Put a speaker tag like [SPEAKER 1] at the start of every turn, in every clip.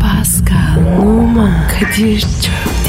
[SPEAKER 1] Pascal, Oman, Kadir çok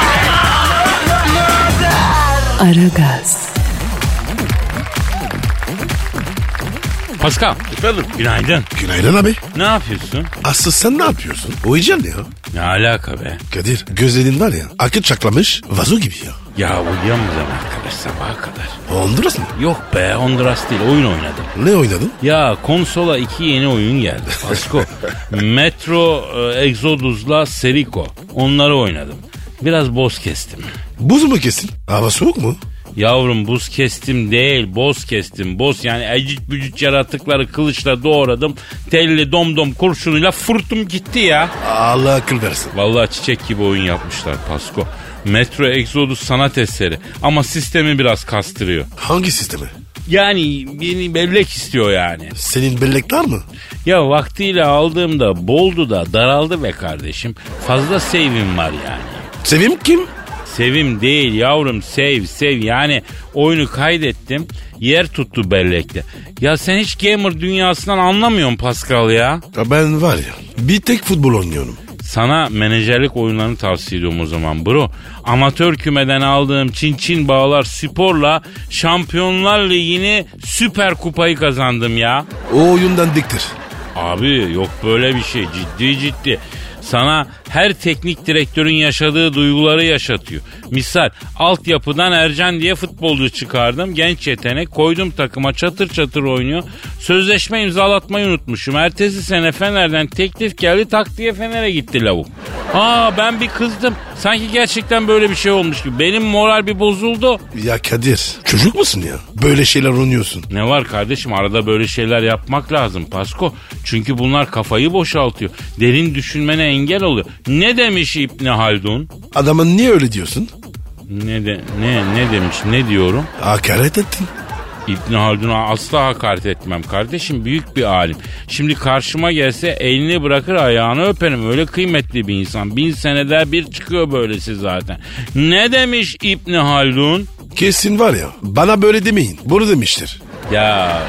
[SPEAKER 1] Aragaz,
[SPEAKER 2] Pascal.
[SPEAKER 3] Efendim?
[SPEAKER 2] Günaydın.
[SPEAKER 4] Günaydın abi.
[SPEAKER 2] Ne yapıyorsun?
[SPEAKER 4] Asıl sen ne yapıyorsun? Uyuyacaksın ya.
[SPEAKER 2] Ne alaka be?
[SPEAKER 4] Kadir gözlerin var ya akıl çaklamış vazo gibi ya.
[SPEAKER 2] Ya uyuyamayacağım arkadaş sabaha kadar.
[SPEAKER 4] Honduras mı?
[SPEAKER 2] Yok be Honduras değil oyun oynadım.
[SPEAKER 4] Ne oynadın?
[SPEAKER 2] Ya konsola iki yeni oyun geldi. Pasko. Metro e, Exodus'la Serico. Onları oynadım. Biraz boz kestim.
[SPEAKER 4] Buz mu kesin? Hava soğuk mu?
[SPEAKER 2] Yavrum buz kestim değil boz kestim boz yani ecit bücüt yaratıkları kılıçla doğradım telli domdom kurşunuyla fırtım gitti ya.
[SPEAKER 4] Allah akıl versin.
[SPEAKER 2] Vallahi çiçek gibi oyun yapmışlar Pasko. Metro Exodus sanat eseri ama sistemi biraz kastırıyor.
[SPEAKER 4] Hangi sistemi?
[SPEAKER 2] Yani beni bellek istiyor yani.
[SPEAKER 4] Senin bellekler mı?
[SPEAKER 2] Ya vaktiyle aldığımda boldu da daraldı be kardeşim. Fazla sevim var yani.
[SPEAKER 4] Sevim kim?
[SPEAKER 2] Sevim değil yavrum sev sev yani oyunu kaydettim yer tuttu bellekte. Ya sen hiç gamer dünyasından anlamıyorsun Pascal ya.
[SPEAKER 4] Ya ben var ya bir tek futbol oynuyorum.
[SPEAKER 2] Sana menajerlik oyunlarını tavsiye ediyorum o zaman bro. Amatör kümeden aldığım Çin Çin Bağlar Spor'la Şampiyonlar Ligi'ni Süper Kupayı kazandım ya.
[SPEAKER 4] O oyundan diktir.
[SPEAKER 2] Abi yok böyle bir şey ciddi ciddi. Sana her teknik direktörün yaşadığı duyguları yaşatıyor. Misal altyapıdan Ercan diye futbolcu çıkardım. Genç yetenek koydum takıma çatır çatır oynuyor. Sözleşme imzalatmayı unutmuşum. Ertesi sene Fener'den teklif geldi tak diye Fener'e gitti lavuk. Aa ben bir kızdım. Sanki gerçekten böyle bir şey olmuş gibi. Benim moral bir bozuldu.
[SPEAKER 4] Ya Kadir çocuk musun ya? Böyle şeyler oynuyorsun.
[SPEAKER 2] Ne var kardeşim arada böyle şeyler yapmak lazım Pasko. Çünkü bunlar kafayı boşaltıyor. Derin düşünmene engel oluyor. Ne demiş İbni Haldun?
[SPEAKER 4] Adama niye öyle diyorsun?
[SPEAKER 2] Ne de ne ne demiş ne diyorum?
[SPEAKER 4] Hakaret ettin.
[SPEAKER 2] İbni Haldun'a asla hakaret etmem kardeşim büyük bir alim. Şimdi karşıma gelse elini bırakır ayağını öperim öyle kıymetli bir insan. Bin senede bir çıkıyor böylesi zaten. Ne demiş İbni Haldun?
[SPEAKER 4] Kesin var ya bana böyle demeyin. Bunu demiştir.
[SPEAKER 2] Ya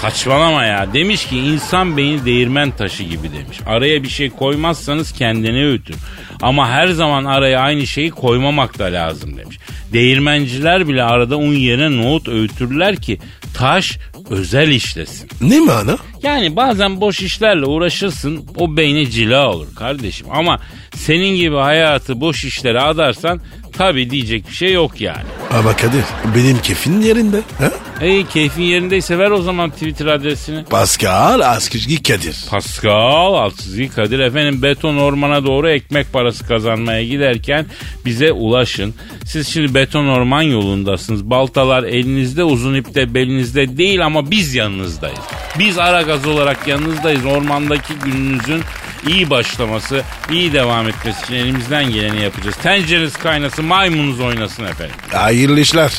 [SPEAKER 2] saçmalama ya. Demiş ki insan beyni değirmen taşı gibi demiş. Araya bir şey koymazsanız kendini öğütür. Ama her zaman araya aynı şeyi koymamak da lazım demiş. Değirmenciler bile arada un yerine nohut öğütürler ki taş özel işlesin.
[SPEAKER 4] Ne mana?
[SPEAKER 2] Yani bazen boş işlerle uğraşırsın o beyne cila olur kardeşim. Ama senin gibi hayatı boş işlere adarsan tabii diyecek bir şey yok yani.
[SPEAKER 4] Ama Kadir benim kefin yerinde. Ha?
[SPEAKER 2] Ey keyfin yerindeyse ver o zaman Twitter adresini.
[SPEAKER 4] Pascal Askizgi Kadir.
[SPEAKER 2] Pascal Altçizgi Kadir efendim beton ormana doğru ekmek parası kazanmaya giderken bize ulaşın. Siz şimdi beton orman yolundasınız. Baltalar elinizde uzun ipte belinizde değil ama biz yanınızdayız. Biz ara gaz olarak yanınızdayız. Ormandaki gününüzün iyi başlaması, iyi devam etmesi için elimizden geleni yapacağız. Tencereniz kaynasın, maymununuz oynasın efendim.
[SPEAKER 4] Hayırlı işler.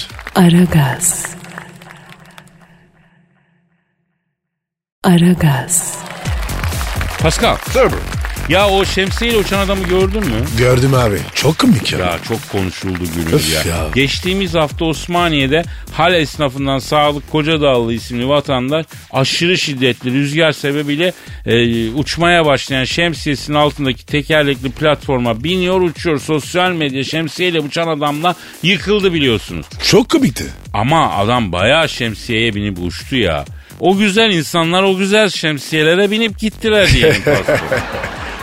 [SPEAKER 1] Aragaz. Aragaz,
[SPEAKER 2] Pascal,
[SPEAKER 4] Tabii.
[SPEAKER 2] ya o şemsiyeyle uçan adamı gördün mü?
[SPEAKER 4] Gördüm abi. Çok komik ya.
[SPEAKER 2] Ya çok konuşuldu gülür
[SPEAKER 4] Öf
[SPEAKER 2] ya.
[SPEAKER 4] ya.
[SPEAKER 2] Geçtiğimiz hafta Osmaniye'de hal esnafından Sağlık Kocadağlı isimli vatandaş aşırı şiddetli rüzgar sebebiyle e, uçmaya başlayan şemsiyesinin altındaki tekerlekli platforma biniyor uçuyor. Sosyal medya şemsiyeyle uçan adamla yıkıldı biliyorsunuz.
[SPEAKER 4] Çok komikti.
[SPEAKER 2] Ama adam bayağı şemsiyeye binip uçtu ya. O güzel insanlar o güzel şemsiyelere binip gittiler diyelim Pasko.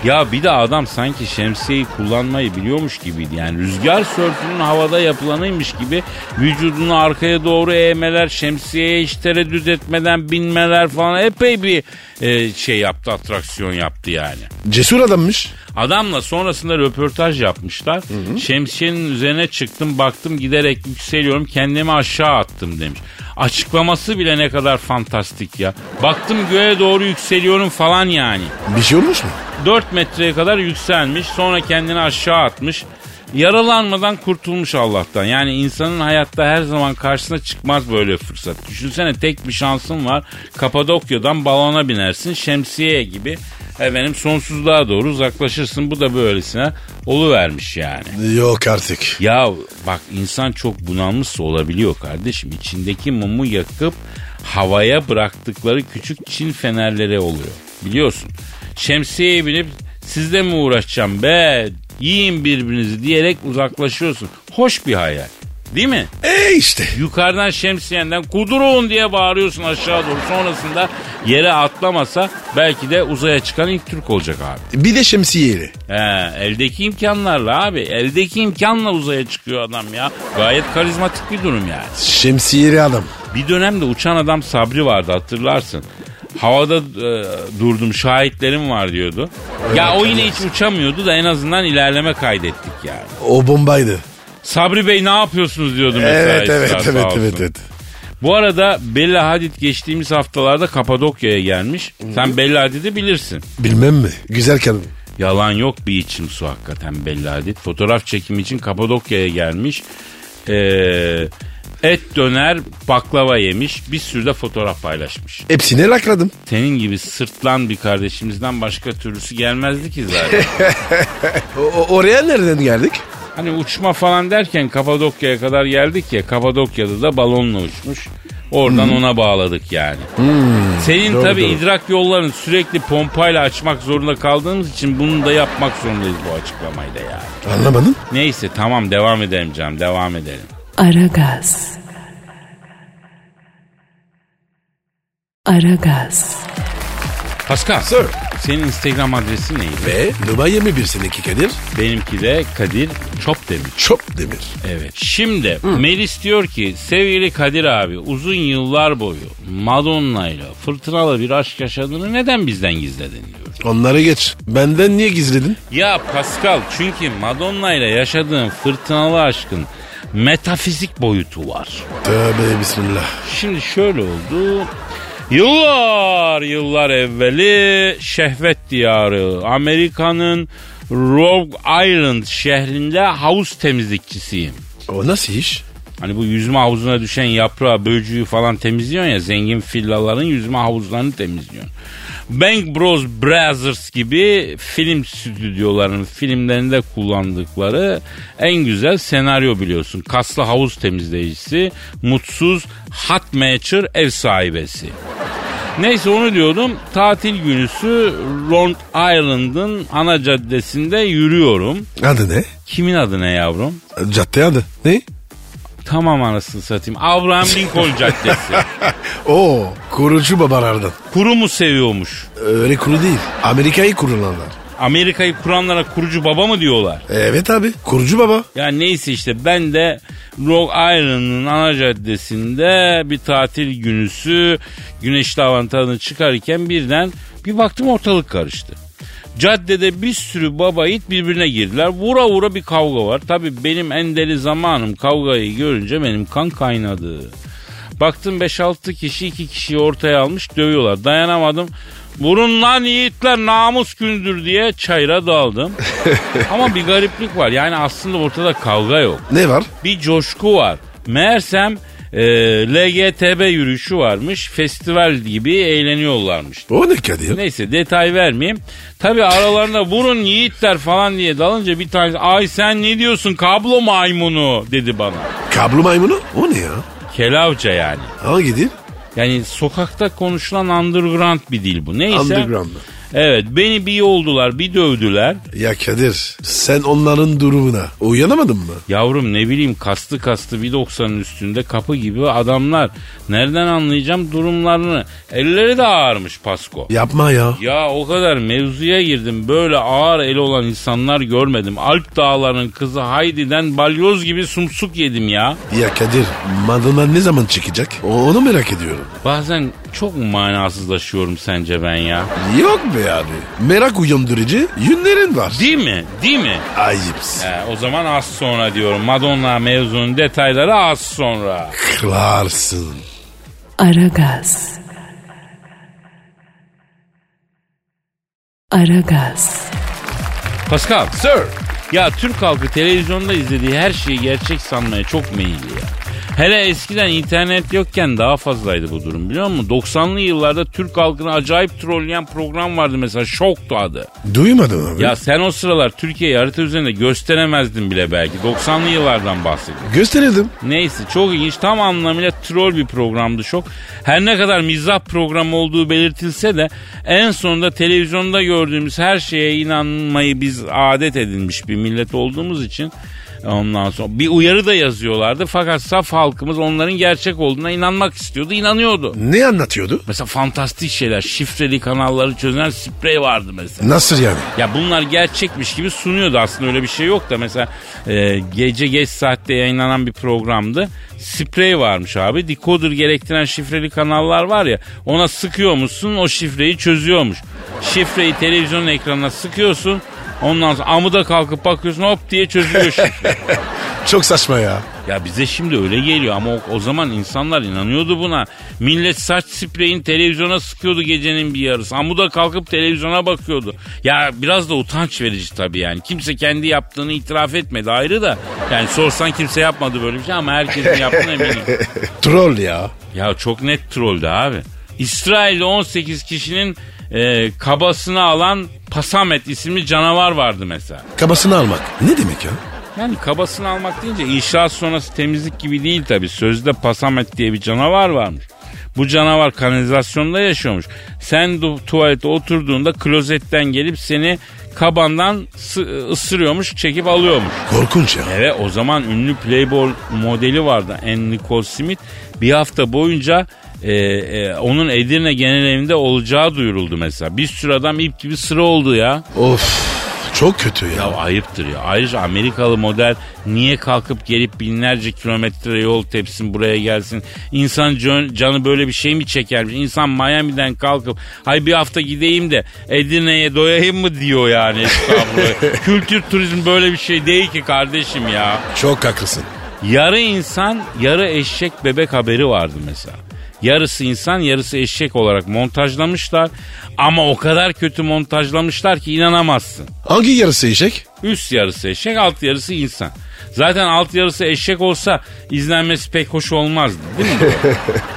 [SPEAKER 2] Ya bir de adam sanki şemsiyeyi kullanmayı biliyormuş gibiydi. Yani rüzgar sörfünün havada yapılanıymış gibi vücudunu arkaya doğru eğmeler, şemsiyeye hiç tereddüt etmeden binmeler falan epey bir e, şey yaptı atraksiyon yaptı yani.
[SPEAKER 4] Cesur adammış.
[SPEAKER 2] Adamla sonrasında röportaj yapmışlar. Şemsiyenin üzerine çıktım baktım giderek yükseliyorum kendimi aşağı attım demiş. Açıklaması bile ne kadar fantastik ya. Baktım göğe doğru yükseliyorum falan yani.
[SPEAKER 4] Bir şey olmuş mu?
[SPEAKER 2] 4 metreye kadar yükselmiş sonra kendini aşağı atmış. Yaralanmadan kurtulmuş Allah'tan. Yani insanın hayatta her zaman karşısına çıkmaz böyle fırsat. Düşünsene tek bir şansın var. Kapadokya'dan balona binersin. Şemsiye gibi efendim sonsuzluğa doğru uzaklaşırsın. Bu da böylesine oluvermiş yani.
[SPEAKER 4] Yok artık.
[SPEAKER 2] Ya bak insan çok bunalmışsa olabiliyor kardeşim. İçindeki mumu yakıp havaya bıraktıkları küçük çin fenerleri oluyor. Biliyorsun. Şemsiyeye binip sizle mi uğraşacağım be yiyin birbirinizi diyerek uzaklaşıyorsun. Hoş bir hayal. Değil mi?
[SPEAKER 4] E işte.
[SPEAKER 2] Yukarıdan şemsiyenden kudurun diye bağırıyorsun aşağı doğru. Sonrasında yere atlamasa belki de uzaya çıkan ilk Türk olacak abi.
[SPEAKER 4] Bir de şemsiyeli.
[SPEAKER 2] He, eldeki imkanlarla abi. Eldeki imkanla uzaya çıkıyor adam ya. Gayet karizmatik bir durum yani.
[SPEAKER 4] Şemsiyeli adam.
[SPEAKER 2] Bir dönemde uçan adam Sabri vardı hatırlarsın. Havada e, durdum şahitlerim var diyordu. ya o yine hiç uçamıyordu da en azından ilerleme kaydettik yani.
[SPEAKER 4] O bombaydı.
[SPEAKER 2] Sabri Bey ne yapıyorsunuz diyordu mesela.
[SPEAKER 4] Evet evet
[SPEAKER 2] Esra,
[SPEAKER 4] evet
[SPEAKER 2] sağ
[SPEAKER 4] evet,
[SPEAKER 2] olsun.
[SPEAKER 4] evet evet.
[SPEAKER 2] Bu arada Bella Hadid geçtiğimiz haftalarda Kapadokya'ya gelmiş. Sen Bella Hadid'i bilirsin.
[SPEAKER 4] Bilmem mi? Güzel kadın.
[SPEAKER 2] Yalan yok bir içim su hakikaten belli adet. Fotoğraf çekimi için Kapadokya'ya gelmiş. Ee, et döner baklava yemiş. Bir sürü de fotoğraf paylaşmış.
[SPEAKER 4] Hepsini lakladım.
[SPEAKER 2] Senin gibi sırtlan bir kardeşimizden başka türlüsü gelmezdi ki zaten.
[SPEAKER 4] O- o- oraya nereden geldik?
[SPEAKER 2] hani uçma falan derken Kapadokya'ya kadar geldik ya. Kapadokya'da da balonla uçmuş. Oradan ona bağladık yani. Senin
[SPEAKER 4] Hmm. doğru,
[SPEAKER 2] tabi
[SPEAKER 4] doğru.
[SPEAKER 2] idrak yollarını sürekli pompayla açmak zorunda kaldığımız için bunu da yapmak zorundayız bu açıklamayı da yani.
[SPEAKER 4] Anlamadım.
[SPEAKER 2] Neyse tamam devam edelim canım devam edelim.
[SPEAKER 1] Aragaz. Aragaz.
[SPEAKER 2] Pascal.
[SPEAKER 4] Sir.
[SPEAKER 2] Senin Instagram adresi neydi?
[SPEAKER 4] Ve numara 21 seninki Kadir.
[SPEAKER 2] Benimki de Kadir Çopdemir.
[SPEAKER 4] Çok demir.
[SPEAKER 2] Evet. Şimdi Melis diyor ki sevgili Kadir abi uzun yıllar boyu Madonna'yla fırtınalı bir aşk yaşadığını neden bizden gizledin diyor.
[SPEAKER 4] Onları geç. Benden niye gizledin?
[SPEAKER 2] Ya Pascal çünkü Madonna'yla yaşadığın fırtınalı aşkın metafizik boyutu var.
[SPEAKER 4] Tövbe bismillah.
[SPEAKER 2] Şimdi şöyle oldu. Yıllar yıllar evveli şehvet diyarı Amerika'nın Rogue Island şehrinde havuz temizlikçisiyim.
[SPEAKER 4] O nasıl iş?
[SPEAKER 2] Hani bu yüzme havuzuna düşen yaprağı, böcüğü falan temizliyorsun ya zengin villaların yüzme havuzlarını temizliyorsun. Bank Bros Brothers gibi film stüdyolarının filmlerinde kullandıkları en güzel senaryo biliyorsun. Kaslı havuz temizleyicisi, mutsuz, hot matcher ev sahibesi. Neyse onu diyordum. Tatil günüsü Long Island'ın ana caddesinde yürüyorum.
[SPEAKER 4] Adı ne?
[SPEAKER 2] Kimin adı ne yavrum?
[SPEAKER 4] Cadde adı. Ne?
[SPEAKER 2] Tamam anasını satayım. Abraham Lincoln Caddesi.
[SPEAKER 4] Oo, kurucu babalardan.
[SPEAKER 2] Kuru mu seviyormuş?
[SPEAKER 4] Öyle kuru değil. Amerika'yı kurulanlar.
[SPEAKER 2] Amerika'yı kuranlara kurucu baba mı diyorlar?
[SPEAKER 4] Evet abi. Kurucu baba.
[SPEAKER 2] Yani neyse işte ben de Rock Island'ın ana caddesinde bir tatil günüsü güneşli havanın tadını çıkarken birden bir baktım ortalık karıştı. Caddede bir sürü baba it birbirine girdiler. Vura vura bir kavga var. Tabii benim en deli zamanım kavgayı görünce benim kan kaynadı. Baktım 5-6 kişi 2 kişiyi ortaya almış dövüyorlar. Dayanamadım. Vurun lan yiğitler namus gündür diye çayra daldım. Ama bir gariplik var. Yani aslında ortada kavga yok.
[SPEAKER 4] Ne var?
[SPEAKER 2] Bir coşku var. Meğersem e, LGTB yürüyüşü varmış. Festival gibi eğleniyorlarmış.
[SPEAKER 4] O ne Kadir?
[SPEAKER 2] Neyse detay vermeyeyim. Tabi aralarında vurun yiğitler falan diye dalınca bir tanesi ay sen ne diyorsun kablo maymunu dedi bana.
[SPEAKER 4] Kablo maymunu? O ne ya?
[SPEAKER 2] Kelavca yani.
[SPEAKER 4] Hangi dil?
[SPEAKER 2] Yani sokakta konuşulan underground bir dil bu. Neyse.
[SPEAKER 4] Underground mı?
[SPEAKER 2] Evet beni bir oldular bir dövdüler.
[SPEAKER 4] Ya Kadir sen onların durumuna uyanamadın mı?
[SPEAKER 2] Yavrum ne bileyim kastı kastı 1.90'ın üstünde kapı gibi adamlar. Nereden anlayacağım durumlarını? Elleri de ağarmış Pasko.
[SPEAKER 4] Yapma ya.
[SPEAKER 2] Ya o kadar mevzuya girdim böyle ağır eli olan insanlar görmedim. Alp dağlarının kızı Haydi'den balyoz gibi sumsuk yedim ya.
[SPEAKER 4] Ya Kadir Madonna ne zaman çıkacak? O- Onu merak ediyorum.
[SPEAKER 2] Bazen Çok mu manasızlaşıyorum sence ben ya?
[SPEAKER 4] Yok be abi. Merak uyandırıcı yünlerin var.
[SPEAKER 2] Değil mi? Değil mi?
[SPEAKER 4] Ayıpsın.
[SPEAKER 2] He, Ee, o zaman az sonra diyorum. Madonna mevzunun detayları az sonra.
[SPEAKER 4] Kırarsın.
[SPEAKER 1] Aragaz. Aragaz.
[SPEAKER 2] Pascal. Sir. Ya Türk halkı televizyonda izlediği her şeyi gerçek sanmaya çok meyilli ya. Hele eskiden internet yokken daha fazlaydı bu durum biliyor musun? 90'lı yıllarda Türk halkını acayip trolleyen program vardı mesela Şok'tu adı.
[SPEAKER 4] Duymadın abi.
[SPEAKER 2] Ya sen o sıralar Türkiye'yi harita üzerinde gösteremezdin bile belki. 90'lı yıllardan bahsediyorum.
[SPEAKER 4] Gösterelim.
[SPEAKER 2] Neyse çok ilginç tam anlamıyla troll bir programdı şok. Her ne kadar mizah programı olduğu belirtilse de en sonunda televizyonda gördüğümüz her şeye inanmayı biz adet edinmiş bir millet olduğumuz için ondan sonra bir uyarı da yazıyorlardı fakat saf halkımız onların gerçek olduğuna inanmak istiyordu inanıyordu.
[SPEAKER 4] Ne anlatıyordu?
[SPEAKER 2] Mesela fantastik şeyler şifreli kanalları çözen sprey vardı mesela.
[SPEAKER 4] Nasıl yani?
[SPEAKER 2] Ya bunlar gerçekmiş gibi sunuyordu aslında öyle bir şey yok da mesela e, gece geç saatte yayınlanan bir programdı. Sprey varmış abi. Decoder gerektiren şifreli kanallar var ya ona sıkıyormuşsun o şifreyi çözüyormuş. Şifreyi televizyonun ekranına sıkıyorsun ondan sonra amuda kalkıp bakıyorsun hop diye çözülüyor şifre.
[SPEAKER 4] Çok saçma ya.
[SPEAKER 2] ya bize şimdi öyle geliyor ama o, o zaman insanlar inanıyordu buna. Millet saç spreyini televizyona sıkıyordu gecenin bir yarısı. Amuda kalkıp televizyona bakıyordu. Ya biraz da utanç verici tabii yani. Kimse kendi yaptığını itiraf etmedi ayrı da. Yani sorsan kimse yapmadı böyle bir şey ama herkesin yaptığına eminim.
[SPEAKER 4] Troll ya.
[SPEAKER 2] Ya çok net trolldü abi. İsrail'de 18 kişinin e, kabasını alan Pasamet isimli canavar vardı mesela.
[SPEAKER 4] Kabasını almak. Ne demek ya?
[SPEAKER 2] Yani kabasını almak deyince inşaat sonrası temizlik gibi değil tabi. Sözde pasamet diye bir canavar varmış. Bu canavar kanalizasyonda yaşıyormuş. Sen du- tuvalete oturduğunda klozetten gelip seni kabandan sı- ısırıyormuş, çekip alıyormuş.
[SPEAKER 4] Korkunç ya.
[SPEAKER 2] Evet o zaman ünlü Playboy modeli vardı Ann Nicole Smith. Bir hafta boyunca e, e, onun Edirne genel evinde olacağı duyuruldu mesela. Bir sürü adam ip gibi sıra oldu ya.
[SPEAKER 4] Of. Çok kötü
[SPEAKER 2] Ya
[SPEAKER 4] ya.
[SPEAKER 2] ayıptır ya. Ayrıca Amerikalı model niye kalkıp gelip binlerce kilometre yol tepsin buraya gelsin. İnsan can- canı böyle bir şey mi çekermiş? İnsan Miami'den kalkıp hay bir hafta gideyim de Edirne'ye doyayım mı diyor yani. estağfurullah. Kültür turizm böyle bir şey değil ki kardeşim ya.
[SPEAKER 4] Çok haklısın.
[SPEAKER 2] Yarı insan, yarı eşek bebek haberi vardı mesela. Yarısı insan, yarısı eşek olarak montajlamışlar. Ama o kadar kötü montajlamışlar ki inanamazsın.
[SPEAKER 4] Hangi yarısı eşek?
[SPEAKER 2] Üst yarısı eşek, alt yarısı insan. Zaten alt yarısı eşek olsa izlenmesi pek hoş olmazdı değil mi?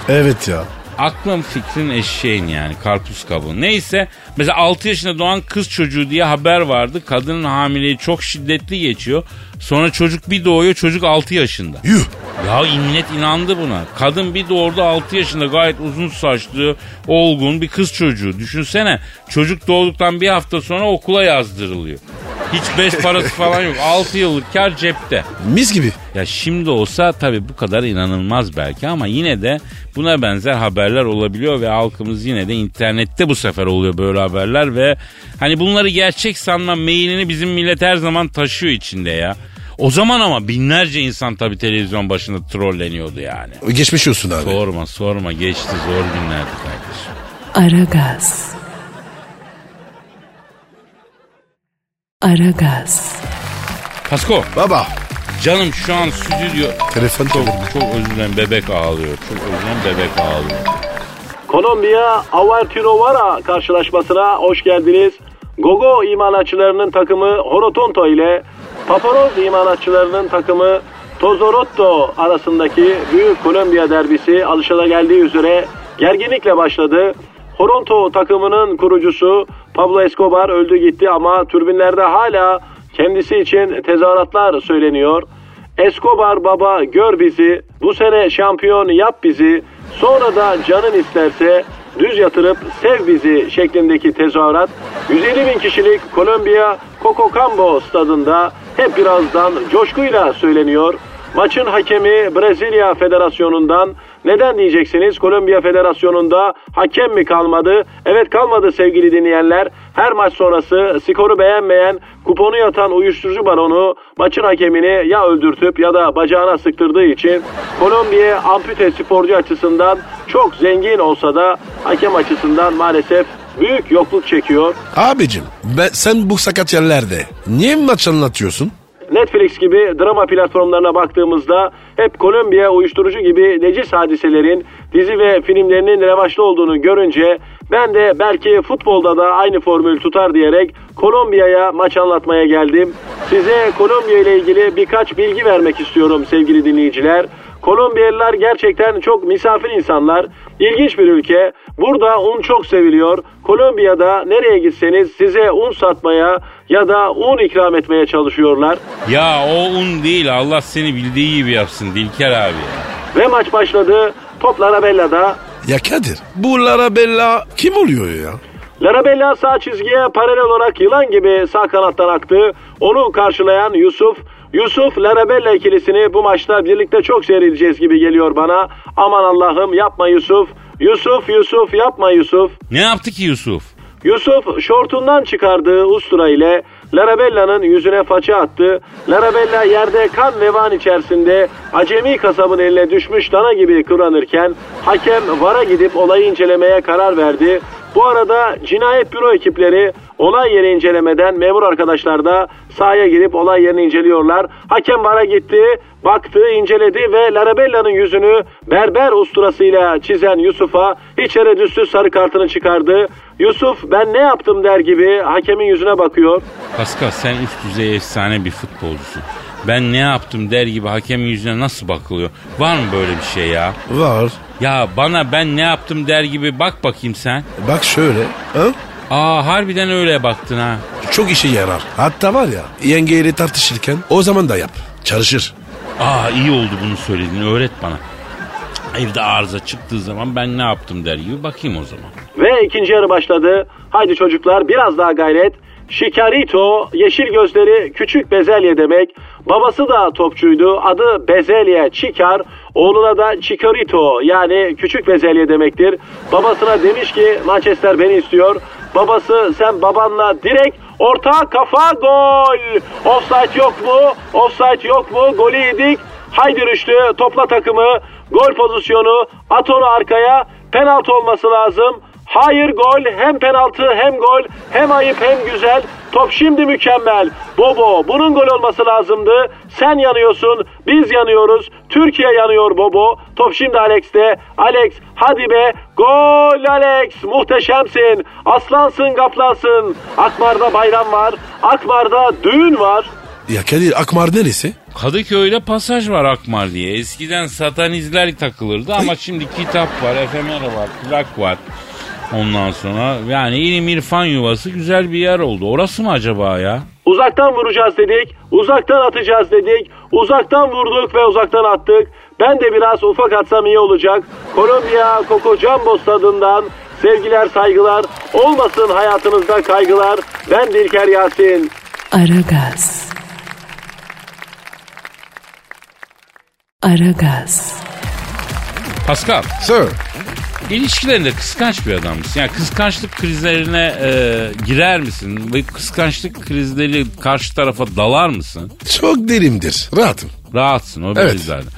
[SPEAKER 4] Evet ya.
[SPEAKER 2] Aklın fikrin eşeğin yani karpuz kabuğu. Neyse mesela 6 yaşında doğan kız çocuğu diye haber vardı. Kadının hamileliği çok şiddetli geçiyor. Sonra çocuk bir doğuyor çocuk 6 yaşında.
[SPEAKER 4] Yuh.
[SPEAKER 2] Ya millet inandı buna. Kadın bir doğurdu 6 yaşında gayet uzun saçlı, olgun bir kız çocuğu. Düşünsene çocuk doğduktan bir hafta sonra okula yazdırılıyor. Hiç beş parası falan yok. 6 yıllık kar cepte.
[SPEAKER 4] Mis gibi.
[SPEAKER 2] Ya şimdi olsa tabii bu kadar inanılmaz belki ama yine de buna benzer haberler olabiliyor ve halkımız yine de internette bu sefer oluyor böyle haberler ve hani bunları gerçek sanma meyilini bizim millet her zaman taşıyor içinde ya. O zaman ama binlerce insan tabii televizyon başında trolleniyordu yani.
[SPEAKER 4] Geçmiş olsun abi.
[SPEAKER 2] Sorma sorma geçti zor günlerdi kardeşim.
[SPEAKER 1] Aragaz. Aragaz.
[SPEAKER 2] Pasko
[SPEAKER 4] Baba.
[SPEAKER 2] canım şu an stüdyo
[SPEAKER 4] Telefon
[SPEAKER 2] çok,
[SPEAKER 4] çalıyor.
[SPEAKER 2] çok özür dilerim bebek ağlıyor. Çok özür dilerim bebek ağlıyor.
[SPEAKER 3] Kolombiya Avertirovara karşılaşmasına hoş geldiniz. Gogo imalatçılarının takımı Horotonto ile Paparoz imalatçılarının takımı Tozorotto arasındaki Büyük Kolombiya derbisi alışılageldiği üzere gerginlikle başladı. Horonto takımının kurucusu Pablo Escobar öldü gitti ama türbinlerde hala kendisi için tezahüratlar söyleniyor. Escobar baba gör bizi, bu sene şampiyon yap bizi, sonra da canın isterse düz yatırıp sev bizi şeklindeki tezahürat 150 bin kişilik Kolombiya Cococambo stadında hep birazdan coşkuyla söyleniyor. Maçın hakemi Brezilya Federasyonu'ndan Neden diyeceksiniz? Kolombiya Federasyonu'nda hakem mi kalmadı? Evet kalmadı sevgili dinleyenler. Her maç sonrası skoru beğenmeyen, kuponu yatan uyuşturucu baronu maçın hakemini ya öldürtüp ya da bacağına sıktırdığı için Kolombiya ampute sporcu açısından çok zengin olsa da hakem açısından maalesef büyük yokluk çekiyor.
[SPEAKER 4] Abicim ben, sen bu sakat yerlerde niye maç anlatıyorsun?
[SPEAKER 3] Netflix gibi drama platformlarına baktığımızda hep Kolombiya uyuşturucu gibi necis hadiselerin dizi ve filmlerinin revaçlı olduğunu görünce ben de belki futbolda da aynı formül tutar diyerek Kolombiya'ya maç anlatmaya geldim. Size Kolombiya ile ilgili birkaç bilgi vermek istiyorum sevgili dinleyiciler. Kolombiyalılar gerçekten çok misafir insanlar. İlginç bir ülke. Burada un çok seviliyor. Kolombiya'da nereye gitseniz size un satmaya ya da un ikram etmeye çalışıyorlar.
[SPEAKER 2] Ya o un değil Allah seni bildiği gibi yapsın Dilker abi ya.
[SPEAKER 3] Ve maç başladı. Top Larabella'da.
[SPEAKER 4] Ya Kadir bu Larabella kim oluyor ya?
[SPEAKER 3] Larabella sağ çizgiye paralel olarak yılan gibi sağ kanattan aktı. Onu karşılayan Yusuf. Yusuf Larabella ikilisini bu maçta birlikte çok seyredeceğiz gibi geliyor bana. Aman Allah'ım yapma Yusuf. Yusuf Yusuf yapma Yusuf.
[SPEAKER 2] Ne yaptı ki Yusuf?
[SPEAKER 3] Yusuf şortundan çıkardığı ustura ile Larabella'nın yüzüne faça attı. Larabella yerde kan revan içerisinde acemi kasabın eline düşmüş dana gibi kıvranırken hakem vara gidip olayı incelemeye karar verdi. Bu arada cinayet büro ekipleri olay yeri incelemeden memur arkadaşlar da sahaya girip olay yerini inceliyorlar. Hakem vara gitti, baktı, inceledi ve Larabella'nın yüzünü berber usturasıyla çizen Yusuf'a hiç tereddütsüz sarı kartını çıkardı. Yusuf ben ne yaptım der gibi hakemin yüzüne bakıyor.
[SPEAKER 2] Pascal sen üst düzey efsane bir futbolcusun. Ben ne yaptım der gibi hakemin yüzüne nasıl bakılıyor? Var mı böyle bir şey ya?
[SPEAKER 4] Var.
[SPEAKER 2] Ya bana ben ne yaptım der gibi bak bakayım sen.
[SPEAKER 4] Bak şöyle. Ha?
[SPEAKER 2] Aa harbiden öyle baktın ha.
[SPEAKER 4] Çok işe yarar. Hatta var ya yengeyle tartışırken o zaman da yap. Çalışır.
[SPEAKER 2] Aa iyi oldu bunu söyledin öğret bana. Evde arıza çıktığı zaman ben ne yaptım der gibi bakayım o zaman.
[SPEAKER 3] Ve ikinci yarı başladı. Haydi çocuklar biraz daha gayret. Şikarito, yeşil gözleri küçük bezelye demek. Babası da topçuydu. Adı Bezelye Çikar. Oğluna da Çikarito yani küçük bezelye demektir. Babasına demiş ki Manchester beni istiyor. Babası sen babanla direkt orta kafa gol. Offside yok mu? Offside yok mu? Golü yedik. Haydi Rüştü topla takımı. Gol pozisyonu. At onu arkaya. Penaltı olması lazım. Hayır gol. Hem penaltı hem gol. Hem ayıp hem güzel. Top şimdi mükemmel. Bobo bunun gol olması lazımdı. Sen yanıyorsun. Biz yanıyoruz. Türkiye yanıyor Bobo. Top şimdi Alex'te. Alex hadi be. Gol Alex. Muhteşemsin. Aslansın kaplansın. Akmar'da bayram var. Akmar'da düğün var.
[SPEAKER 4] Ya Kadir Akmar neresi?
[SPEAKER 2] Kadıköy'de pasaj var Akmar diye. Eskiden satanizler takılırdı ama şimdi kitap var, efemera var, plak var. Ondan sonra yani ilim irfan yuvası güzel bir yer oldu. Orası mı acaba ya?
[SPEAKER 3] Uzaktan vuracağız dedik, uzaktan atacağız dedik, uzaktan vurduk ve uzaktan attık. Ben de biraz ufak atsam iyi olacak. Kolombiya Coco Jumbo stadından sevgiler saygılar, olmasın hayatınızda kaygılar. Ben Dilker Yasin.
[SPEAKER 1] Aragaz. Aragaz.
[SPEAKER 2] Pascal,
[SPEAKER 4] Sir.
[SPEAKER 2] ilişkilerinde kıskanç bir adamsın. Yani kıskançlık krizlerine e, girer misin? Ve kıskançlık krizleri karşı tarafa dalar mısın?
[SPEAKER 4] Çok derimdir. Rahatım.
[SPEAKER 2] Rahatsın o
[SPEAKER 4] Evet.
[SPEAKER 2] evet. zaten.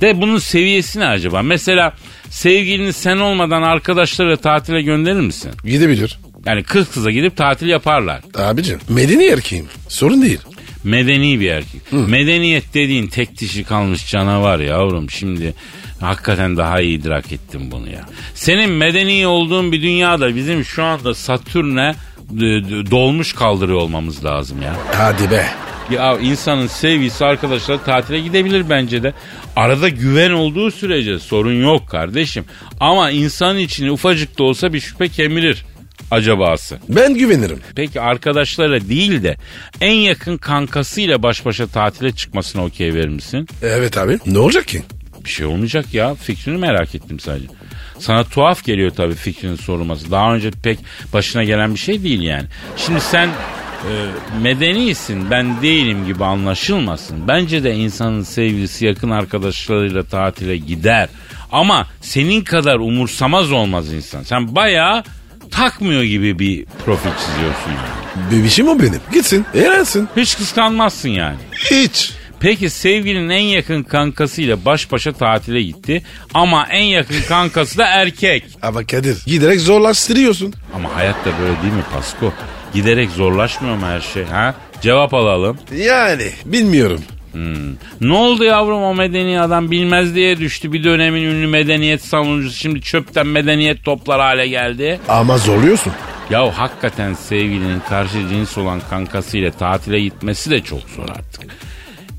[SPEAKER 2] De bunun seviyesi ne acaba? Mesela sevgilini sen olmadan arkadaşlara tatile gönderir misin?
[SPEAKER 4] Gidebilir.
[SPEAKER 2] Yani kız kıza gidip tatil yaparlar.
[SPEAKER 4] Abicim medeni erkeğim. Sorun değil.
[SPEAKER 2] Medeni bir erkek. Medeniyet dediğin tek dişi kalmış canavar yavrum. Şimdi hakikaten daha iyi idrak ettim bunu ya. Senin medeni olduğun bir dünyada bizim şu anda Satürn'e e, d- dolmuş kaldırıyor olmamız lazım ya.
[SPEAKER 4] Hadi be.
[SPEAKER 2] Ya insanın sevgisi arkadaşlar tatile gidebilir bence de. Arada güven olduğu sürece sorun yok kardeşim. Ama insan içini ufacık da olsa bir şüphe kemirir acabası.
[SPEAKER 4] Ben güvenirim.
[SPEAKER 2] Peki arkadaşlara değil de en yakın kankasıyla baş başa tatile çıkmasına okey verir misin?
[SPEAKER 4] Evet abi. Ne olacak ki?
[SPEAKER 2] Bir şey olmayacak ya fikrini merak ettim sadece. Sana tuhaf geliyor tabii fikrinin sorulması. Daha önce pek başına gelen bir şey değil yani. Şimdi sen e, medenisin ben değilim gibi anlaşılmasın. Bence de insanın sevgilisi yakın arkadaşlarıyla tatile gider. Ama senin kadar umursamaz olmaz insan. Sen bayağı takmıyor gibi bir profil çiziyorsun yani.
[SPEAKER 4] Bebişim o benim. Gitsin. Eğlensin.
[SPEAKER 2] Hiç kıskanmazsın yani.
[SPEAKER 4] Hiç.
[SPEAKER 2] Peki sevgilinin en yakın kankasıyla baş başa tatile gitti ama en yakın kankası da erkek.
[SPEAKER 4] Ama Kadir giderek zorlaştırıyorsun.
[SPEAKER 2] Ama hayatta böyle değil mi Pasko? Giderek zorlaşmıyor mu her şey ha? Cevap alalım.
[SPEAKER 4] Yani bilmiyorum.
[SPEAKER 2] Ne oldu yavrum o medeni adam bilmez diye düştü. Bir dönemin ünlü medeniyet savunucusu şimdi çöpten medeniyet toplar hale geldi.
[SPEAKER 4] Ama zorluyorsun.
[SPEAKER 2] Ya hakikaten sevgilinin karşı cins olan kankasıyla tatile gitmesi de çok zor artık.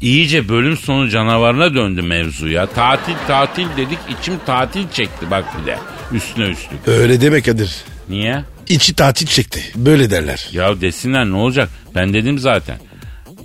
[SPEAKER 2] İyice bölüm sonu canavarına döndü mevzuya. Tatil tatil dedik içim tatil çekti bak bir de. Üstüne üstlük.
[SPEAKER 4] Öyle deme Kadir.
[SPEAKER 2] Niye?
[SPEAKER 4] İçi tatil çekti. Böyle derler.
[SPEAKER 2] Ya desinler ne olacak? Ben dedim zaten.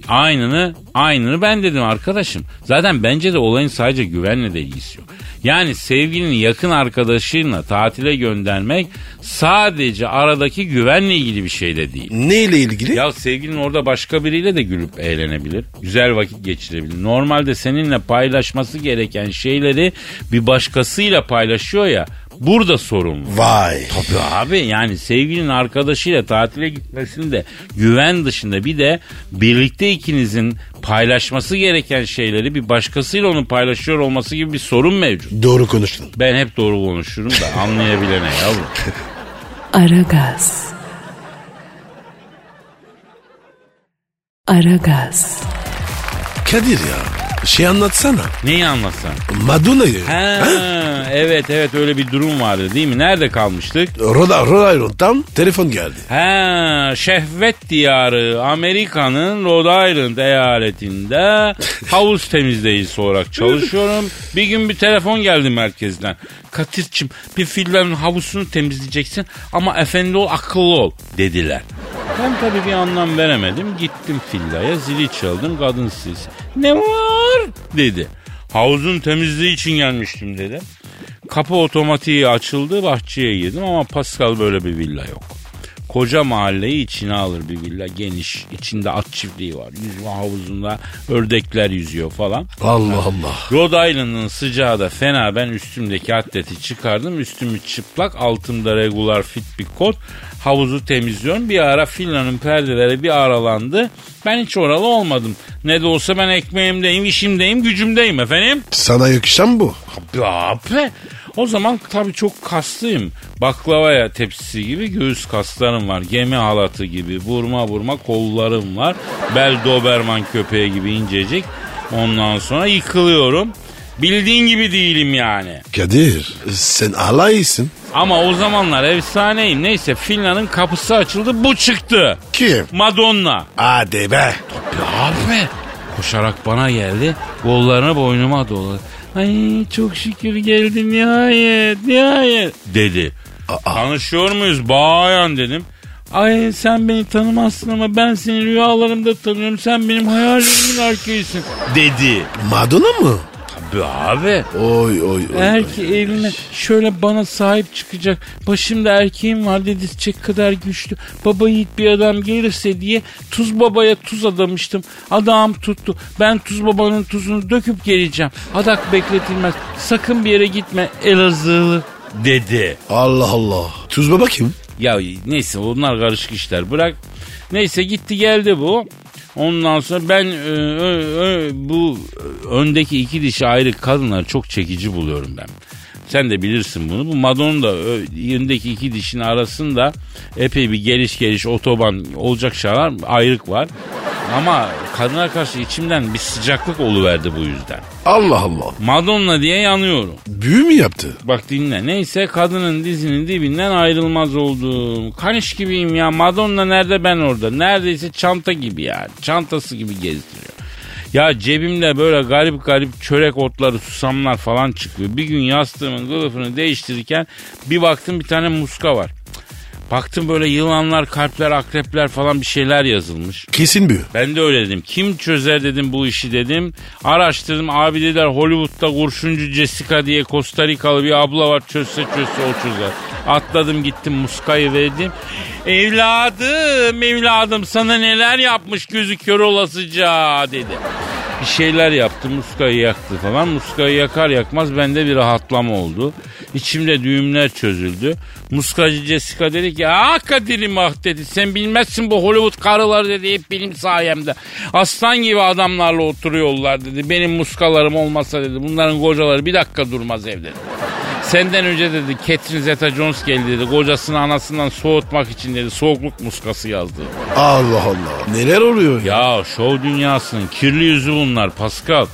[SPEAKER 2] Aynını, aynını ben dedim arkadaşım. Zaten bence de olayın sadece güvenle de ilgisi yok. Yani sevgilinin yakın arkadaşıyla tatile göndermek sadece aradaki güvenle ilgili bir şey de değil.
[SPEAKER 4] Neyle ilgili?
[SPEAKER 2] Ya sevgilin orada başka biriyle de gülüp eğlenebilir. Güzel vakit geçirebilir. Normalde seninle paylaşması gereken şeyleri bir başkasıyla paylaşıyor ya. Burada sorun var.
[SPEAKER 4] Vay.
[SPEAKER 2] Tabii abi yani sevgilinin arkadaşıyla tatile gitmesini de güven dışında bir de birlikte ikinizin paylaşması gereken şeyleri bir başkasıyla onun paylaşıyor olması gibi bir sorun mevcut.
[SPEAKER 4] Doğru konuştun.
[SPEAKER 2] Ben hep doğru konuşurum da anlayabilene yavrum.
[SPEAKER 1] Aragaz. Aragaz.
[SPEAKER 4] Kadir ya şey anlatsana.
[SPEAKER 2] Neyi anlasan?
[SPEAKER 4] Madonna'yı.
[SPEAKER 2] Ha, evet evet öyle bir durum vardı değil mi? Nerede kalmıştık?
[SPEAKER 4] Roda, Roda tam telefon geldi.
[SPEAKER 2] Ha, şehvet diyarı Amerika'nın Rhode Island eyaletinde havuz temizleyicisi olarak çalışıyorum. Bir gün bir telefon geldi merkezden. Katir'cim bir fillerin havuzunu temizleyeceksin ama efendi ol akıllı ol dediler. Ben tabii bir anlam veremedim. Gittim villaya zili çaldım kadın siz. Ne var dedi. Havuzun temizliği için gelmiştim dedi. Kapı otomatiği açıldı bahçeye girdim ama Pascal böyle bir villa yok. Koca mahalleyi içine alır bir villa geniş. İçinde at çiftliği var. Yüzme havuzunda ördekler yüzüyor falan.
[SPEAKER 4] Allah Allah.
[SPEAKER 2] Rhode Island'ın sıcağı da fena. Ben üstümdeki atleti çıkardım. Üstümü çıplak, altımda regular fit bir kot. Havuzu temizliyorum. Bir ara villanın perdeleri bir aralandı. Ben hiç oralı olmadım. Ne de olsa ben ekmeğimdeyim, işimdeyim, gücümdeyim efendim.
[SPEAKER 4] Sana yakışan bu.
[SPEAKER 2] Abi o zaman tabii çok kaslıyım. Baklavaya tepsisi gibi göğüs kaslarım var. Gemi halatı gibi vurma vurma kollarım var. Bel doberman köpeği gibi incecik. Ondan sonra yıkılıyorum. Bildiğin gibi değilim yani.
[SPEAKER 4] Kadir sen alaysın.
[SPEAKER 2] Ama o zamanlar efsaneyim. Neyse Finland'ın kapısı açıldı bu çıktı.
[SPEAKER 4] Kim?
[SPEAKER 2] Madonna.
[SPEAKER 4] Hadi be.
[SPEAKER 2] Abi koşarak bana geldi. Kollarını boynuma doladı. Ay çok şükür geldin nihayet nihayet dedi. Tanışıyor muyuz bayan dedim. Ay sen beni tanımazsın ama ben seni rüyalarımda tanıyorum. Sen benim hayalimin erkeğisin dedi.
[SPEAKER 4] Madonna mı?
[SPEAKER 2] Tabii abi.
[SPEAKER 4] Oy oy oy.
[SPEAKER 2] Erki eline şöyle bana sahip çıkacak. Başımda erkeğim var dedirtecek kadar güçlü. Baba yiğit bir adam gelirse diye tuz babaya tuz adamıştım. Adam tuttu. Ben tuz babanın tuzunu döküp geleceğim. Adak bekletilmez. Sakın bir yere gitme Elazığlı dedi.
[SPEAKER 4] Allah Allah. Tuz baba kim?
[SPEAKER 2] Ya neyse onlar karışık işler bırak. Neyse gitti geldi bu. Ondan sonra ben e, ö, ö, bu öndeki iki dişi ayrı kadınları çok çekici buluyorum ben. Sen de bilirsin bunu. Bu Madonna da ö, öndeki iki dişin arasında epey bir geliş geliş otoban olacak şeyler ayrık var. Ama kadına karşı içimden bir sıcaklık oluverdi bu yüzden.
[SPEAKER 4] Allah Allah.
[SPEAKER 2] Madonna diye yanıyorum.
[SPEAKER 4] Büyü mü yaptı?
[SPEAKER 2] Bak dinle. Neyse kadının dizinin dibinden ayrılmaz oldum. Kaniş gibiyim ya. Madonna nerede ben orada. Neredeyse çanta gibi yani. Çantası gibi gezdiriyor. Ya cebimde böyle garip garip çörek otları, susamlar falan çıkıyor. Bir gün yastığımın kılıfını değiştirirken bir baktım bir tane muska var. Cık. Baktım böyle yılanlar, kalpler, akrepler falan bir şeyler yazılmış.
[SPEAKER 4] Kesin büyü.
[SPEAKER 2] Ben de öyle dedim. Kim çözer dedim bu işi dedim. Araştırdım abi dediler Hollywood'da kurşuncu Jessica diye Costa Rikalı bir abla var çözse çözse o çözer. Atladım gittim muskayı verdim. Evladım evladım sana neler yapmış gözü kör olasıca dedi. Bir şeyler yaptı muskayı yaktı falan. Muskayı yakar yakmaz bende bir rahatlama oldu. İçimde düğümler çözüldü. Muskacı Jessica dedi ki ah Kadir'im ah dedi sen bilmezsin bu Hollywood karıları dedi hep benim sayemde. Aslan gibi adamlarla oturuyorlar dedi. Benim muskalarım olmasa dedi bunların kocaları bir dakika durmaz evde. Senden önce dedi Catherine Zeta-Jones geldi dedi. Kocasını anasından soğutmak için dedi soğukluk muskası yazdı.
[SPEAKER 4] Allah Allah. Neler oluyor ya?
[SPEAKER 2] Ya şov dünyasının kirli yüzü bunlar Pascal.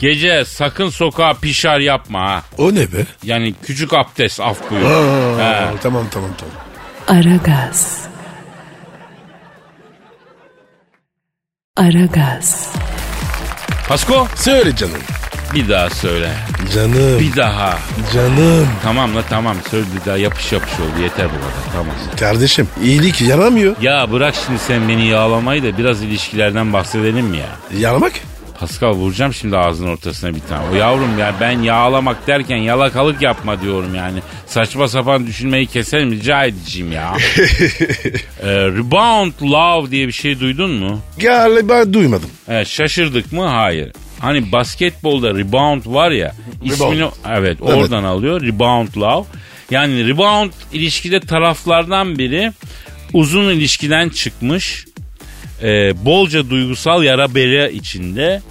[SPEAKER 2] Gece sakın sokağa pişar yapma ha.
[SPEAKER 4] O ne be?
[SPEAKER 2] Yani küçük abdest af buyur.
[SPEAKER 4] Aa,
[SPEAKER 2] He.
[SPEAKER 4] tamam tamam tamam.
[SPEAKER 1] Aragaz. Aragaz.
[SPEAKER 2] Pasko
[SPEAKER 4] Söyle canım.
[SPEAKER 2] bir daha söyle.
[SPEAKER 4] Canım.
[SPEAKER 2] Bir daha.
[SPEAKER 4] Canım.
[SPEAKER 2] Tamam la tamam söyle bir daha yapış yapış oldu yeter bu kadar tamam.
[SPEAKER 4] Kardeşim iyilik yaramıyor.
[SPEAKER 2] Ya bırak şimdi sen beni yağlamayı da biraz ilişkilerden bahsedelim mi ya?
[SPEAKER 4] Yaramak?
[SPEAKER 2] Pascal vuracağım şimdi ağzının ortasına bir tane. O yavrum ya ben yağlamak derken yalakalık yapma diyorum yani. Saçma sapan düşünmeyi keselim rica edeceğim ya. Ee, rebound love diye bir şey duydun mu?
[SPEAKER 4] Galiba duymadım.
[SPEAKER 2] Ee, şaşırdık mı? Hayır. Hani basketbolda rebound var ya. Ismini,
[SPEAKER 4] Rebound.
[SPEAKER 2] evet oradan alıyor. Rebound love. Yani rebound ilişkide taraflardan biri uzun ilişkiden çıkmış. e, bolca duygusal yara bere içinde.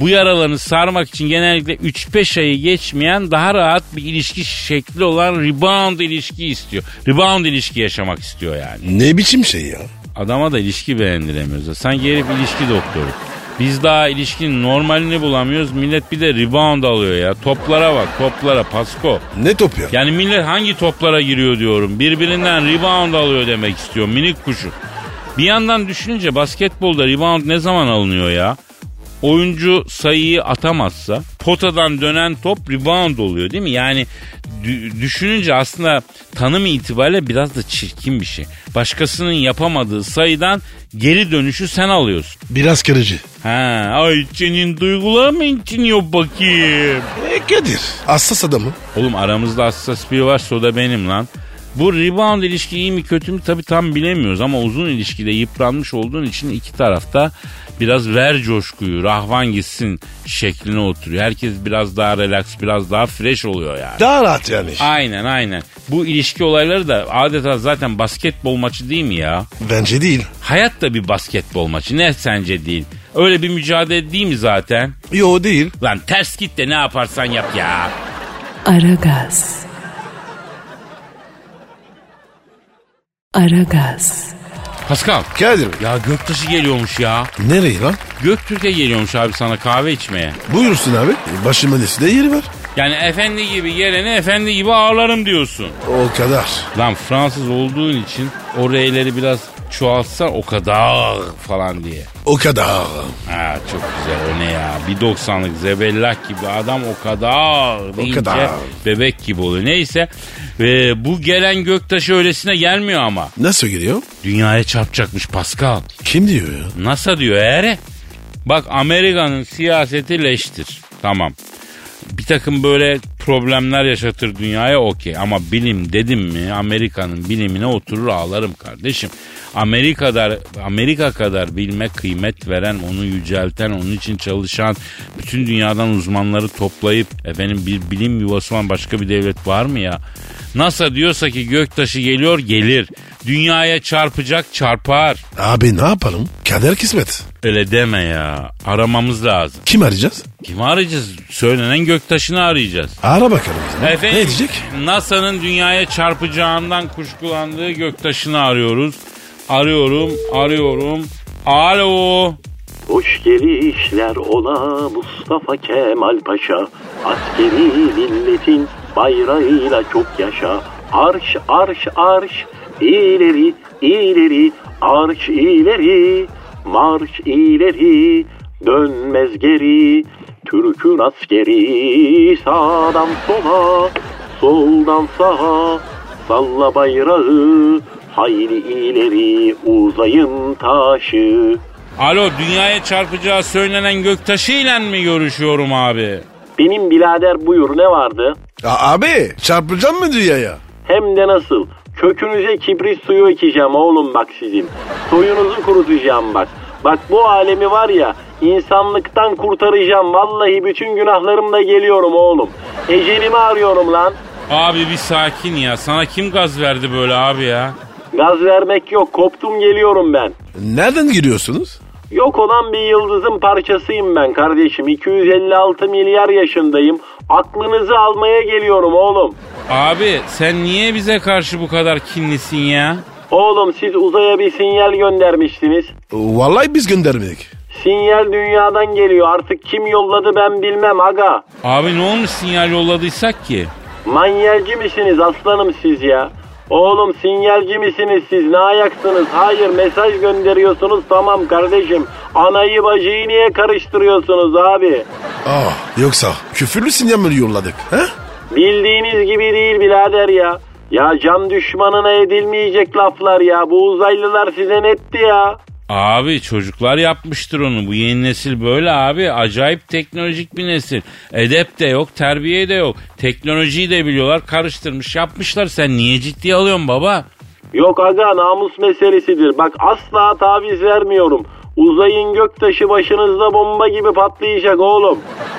[SPEAKER 2] Bu yaralarını sarmak için genellikle 3-5 ayı geçmeyen daha rahat bir ilişki şekli olan rebound ilişki istiyor. Rebound ilişki yaşamak istiyor yani.
[SPEAKER 4] Ne biçim şey ya?
[SPEAKER 2] Adama da ilişki beğendiremiyoruz. Sanki herif ilişki doktoru. Biz daha ilişkinin normalini bulamıyoruz. Millet bir de rebound alıyor ya. Toplara bak toplara Pasko.
[SPEAKER 4] Ne top ya?
[SPEAKER 2] Yani millet hangi toplara giriyor diyorum. Birbirinden rebound alıyor demek istiyor minik kuşu. Bir yandan düşününce basketbolda rebound ne zaman alınıyor ya? Oyuncu sayıyı atamazsa potadan dönen top rebound oluyor değil mi? Yani dü- düşününce aslında tanım itibariyle biraz da çirkin bir şey. Başkasının yapamadığı sayıdan geri dönüşü sen alıyorsun.
[SPEAKER 4] Biraz kırıcı.
[SPEAKER 2] Ha, ay senin duygular mı inciniyor bakayım?
[SPEAKER 4] E Kadir. Hassas adamı.
[SPEAKER 2] Oğlum aramızda hassas biri varsa o da benim lan. Bu rebound ilişki iyi mi kötü mü tabi tam bilemiyoruz ama uzun ilişkide yıpranmış olduğun için iki tarafta biraz ver coşkuyu, rahvan gitsin şekline oturuyor. Herkes biraz daha relax, biraz daha fresh oluyor yani.
[SPEAKER 4] Daha rahat yani.
[SPEAKER 2] Aynen aynen. Bu ilişki olayları da adeta zaten basketbol maçı değil mi ya?
[SPEAKER 4] Bence değil.
[SPEAKER 2] Hayat da bir basketbol maçı ne sence değil. Öyle bir mücadele değil mi zaten?
[SPEAKER 4] Yo değil.
[SPEAKER 2] Lan ters git de ne yaparsan yap ya.
[SPEAKER 1] Aragaz. Aragaz.
[SPEAKER 2] Pascal.
[SPEAKER 4] Kadir.
[SPEAKER 2] Ya göktaşı geliyormuş ya.
[SPEAKER 4] Nereye lan?
[SPEAKER 2] Göktürk'e geliyormuş abi sana kahve içmeye.
[SPEAKER 4] Buyursun abi. E, Başımın üstünde yeri var.
[SPEAKER 2] Yani efendi gibi geleni efendi gibi ağlarım diyorsun.
[SPEAKER 4] O kadar.
[SPEAKER 2] Lan Fransız olduğun için o reyleri biraz çoğaltsan o kadar falan diye.
[SPEAKER 4] O kadar.
[SPEAKER 2] Ha çok güzel o ne ya. Bir 90'lık zebellak gibi adam o kadar deyince
[SPEAKER 4] kadar.
[SPEAKER 2] bebek gibi oluyor. Neyse e, bu gelen göktaşı öylesine gelmiyor ama.
[SPEAKER 4] Nasıl giriyor?
[SPEAKER 2] Dünyaya çarpacakmış Pascal.
[SPEAKER 4] Kim diyor ya?
[SPEAKER 2] NASA diyor eğer bak Amerika'nın siyaseti leştir. Tamam. Bir takım böyle problemler yaşatır dünyaya okey. Ama bilim dedim mi Amerika'nın bilimine oturur ağlarım kardeşim. Amerika'da Amerika kadar bilme kıymet veren, onu yücelten, onun için çalışan bütün dünyadan uzmanları toplayıp efendim bir bilim yuvası olan başka bir devlet var mı ya? NASA diyorsa ki göktaşı geliyor gelir. Dünyaya çarpacak çarpar.
[SPEAKER 4] Abi ne yapalım? Kader kısmet.
[SPEAKER 2] Öyle deme ya. Aramamız lazım.
[SPEAKER 4] Kim arayacağız?
[SPEAKER 2] Kimi arayacağız? Söylenen göktaşını arayacağız.
[SPEAKER 4] Ara bakalım. o zaman.
[SPEAKER 2] Efendim,
[SPEAKER 4] Ne diyecek?
[SPEAKER 2] NASA'nın dünyaya çarpacağından kuşkulandığı göktaşını arıyoruz. Arıyorum, arıyorum. Alo.
[SPEAKER 3] Hoş gelişler ola Mustafa Kemal Paşa. Askeri milletin bayrağıyla çok yaşa. Arş arş arş ileri ileri arş ileri marş ileri dönmez geri. Türk'ün askeri sağdan sola soldan sağa Salla bayrağı hayli ileri uzayın taşı.
[SPEAKER 2] Alo, dünyaya çarpacağı söylenen göktaşıyla mı görüşüyorum abi?
[SPEAKER 3] Benim birader buyur ne vardı?
[SPEAKER 4] A- abi çarpacağım mı dünyaya?
[SPEAKER 3] Hem de nasıl? Kökünüze kibrit suyu ekeceğim oğlum bak sizin. Soyunuzu kurutacağım bak. Bak bu alemi var ya İnsanlıktan kurtaracağım. Vallahi bütün günahlarımla geliyorum oğlum. Ecelimi arıyorum lan.
[SPEAKER 2] Abi bir sakin ya. Sana kim gaz verdi böyle abi ya?
[SPEAKER 3] Gaz vermek yok. Koptum geliyorum ben.
[SPEAKER 4] Nereden giriyorsunuz?
[SPEAKER 3] Yok olan bir yıldızın parçasıyım ben kardeşim. 256 milyar yaşındayım. Aklınızı almaya geliyorum oğlum.
[SPEAKER 2] Abi sen niye bize karşı bu kadar kinlisin ya?
[SPEAKER 3] Oğlum siz uzaya bir sinyal göndermiştiniz.
[SPEAKER 4] E, Vallahi biz göndermedik.
[SPEAKER 3] Sinyal dünyadan geliyor. Artık kim yolladı ben bilmem aga.
[SPEAKER 2] Abi ne olmuş sinyal yolladıysak ki?
[SPEAKER 3] Manyelci misiniz aslanım siz ya? Oğlum sinyalci misiniz siz? Ne ayaksınız? Hayır mesaj gönderiyorsunuz tamam kardeşim. Anayı bacıyı niye karıştırıyorsunuz abi?
[SPEAKER 4] Aa, Ah, yoksa küfürlü sinyal mi yolladık? He?
[SPEAKER 3] Bildiğiniz gibi değil birader ya. Ya cam düşmanına edilmeyecek laflar ya. Bu uzaylılar size netti ya.
[SPEAKER 2] Abi çocuklar yapmıştır onu. Bu yeni nesil böyle abi. Acayip teknolojik bir nesil. Edep de yok, terbiye de yok. Teknolojiyi de biliyorlar. Karıştırmış yapmışlar. Sen niye ciddiye alıyorsun baba?
[SPEAKER 3] Yok aga namus meselesidir. Bak asla taviz vermiyorum. Uzayın göktaşı başınızda bomba gibi patlayacak oğlum.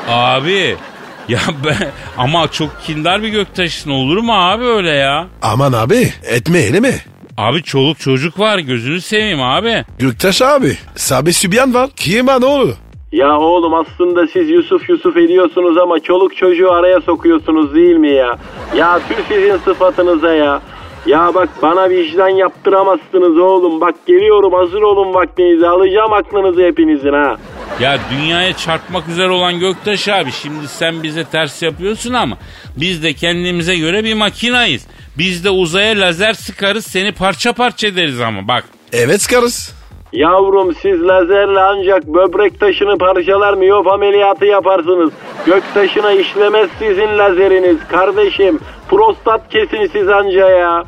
[SPEAKER 2] Abi ya ben ama çok kindar bir göktaşısın olur mu abi öyle ya?
[SPEAKER 4] Aman abi etme eleme.
[SPEAKER 2] Abi çoluk çocuk var gözünü seveyim abi.
[SPEAKER 4] Göktaş abi. Sabi Sübyan var. Kime ne olur?
[SPEAKER 3] Ya oğlum aslında siz Yusuf Yusuf ediyorsunuz ama çoluk çocuğu araya sokuyorsunuz değil mi ya? Ya tüm sizin sıfatınıza ya. Ya bak bana vicdan yaptıramazsınız oğlum. Bak geliyorum hazır olun vaktinizi alacağım aklınızı hepinizin ha.
[SPEAKER 2] Ya dünyaya çarpmak üzere olan Göktaş abi şimdi sen bize ters yapıyorsun ama biz de kendimize göre bir makinayız. Biz de uzaya lazer sıkarız seni parça parça ederiz ama bak.
[SPEAKER 4] Evet karız.
[SPEAKER 3] Yavrum siz lazerle ancak böbrek taşını parçalar miyop ameliyatı yaparsınız. Gök taşına işlemez sizin lazeriniz kardeşim. Prostat kesin siz anca ya.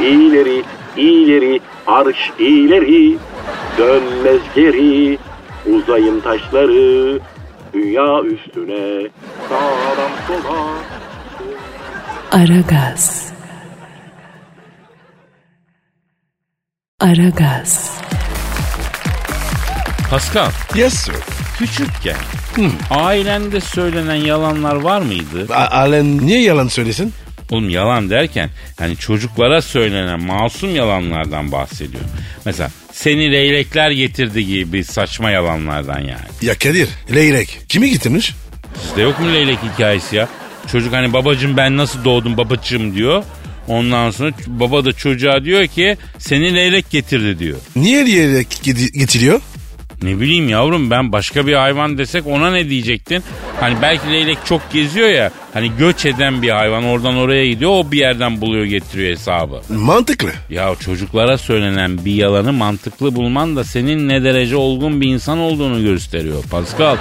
[SPEAKER 3] İleri, ileri, arş ileri. Dönmez geri, uzayın taşları. Dünya üstüne, sağdan sola.
[SPEAKER 1] Aragaz. Aragaz.
[SPEAKER 2] Pascal
[SPEAKER 4] Yes sir.
[SPEAKER 2] küçükken hmm, ailende söylenen yalanlar var mıydı?
[SPEAKER 4] A- Alen niye yalan söylesin?
[SPEAKER 2] Oğlum yalan derken hani çocuklara söylenen masum yalanlardan bahsediyorum. Mesela seni leylekler getirdi gibi saçma yalanlardan yani.
[SPEAKER 4] Ya Kadir, leylek. Kimi getirmiş?
[SPEAKER 2] Sizde yok mu leylek hikayesi ya? Çocuk hani babacım ben nasıl doğdum babacım diyor. Ondan sonra ç- baba da çocuğa diyor ki seni leylek getirdi diyor.
[SPEAKER 4] Niye leylek gidi- getiriyor?
[SPEAKER 2] Ne bileyim yavrum ben başka bir hayvan desek ona ne diyecektin? Hani belki leylek çok geziyor ya. Hani göç eden bir hayvan oradan oraya gidiyor o bir yerden buluyor getiriyor hesabı.
[SPEAKER 4] Mantıklı.
[SPEAKER 2] Ya çocuklara söylenen bir yalanı mantıklı bulman da senin ne derece olgun bir insan olduğunu gösteriyor Pascal.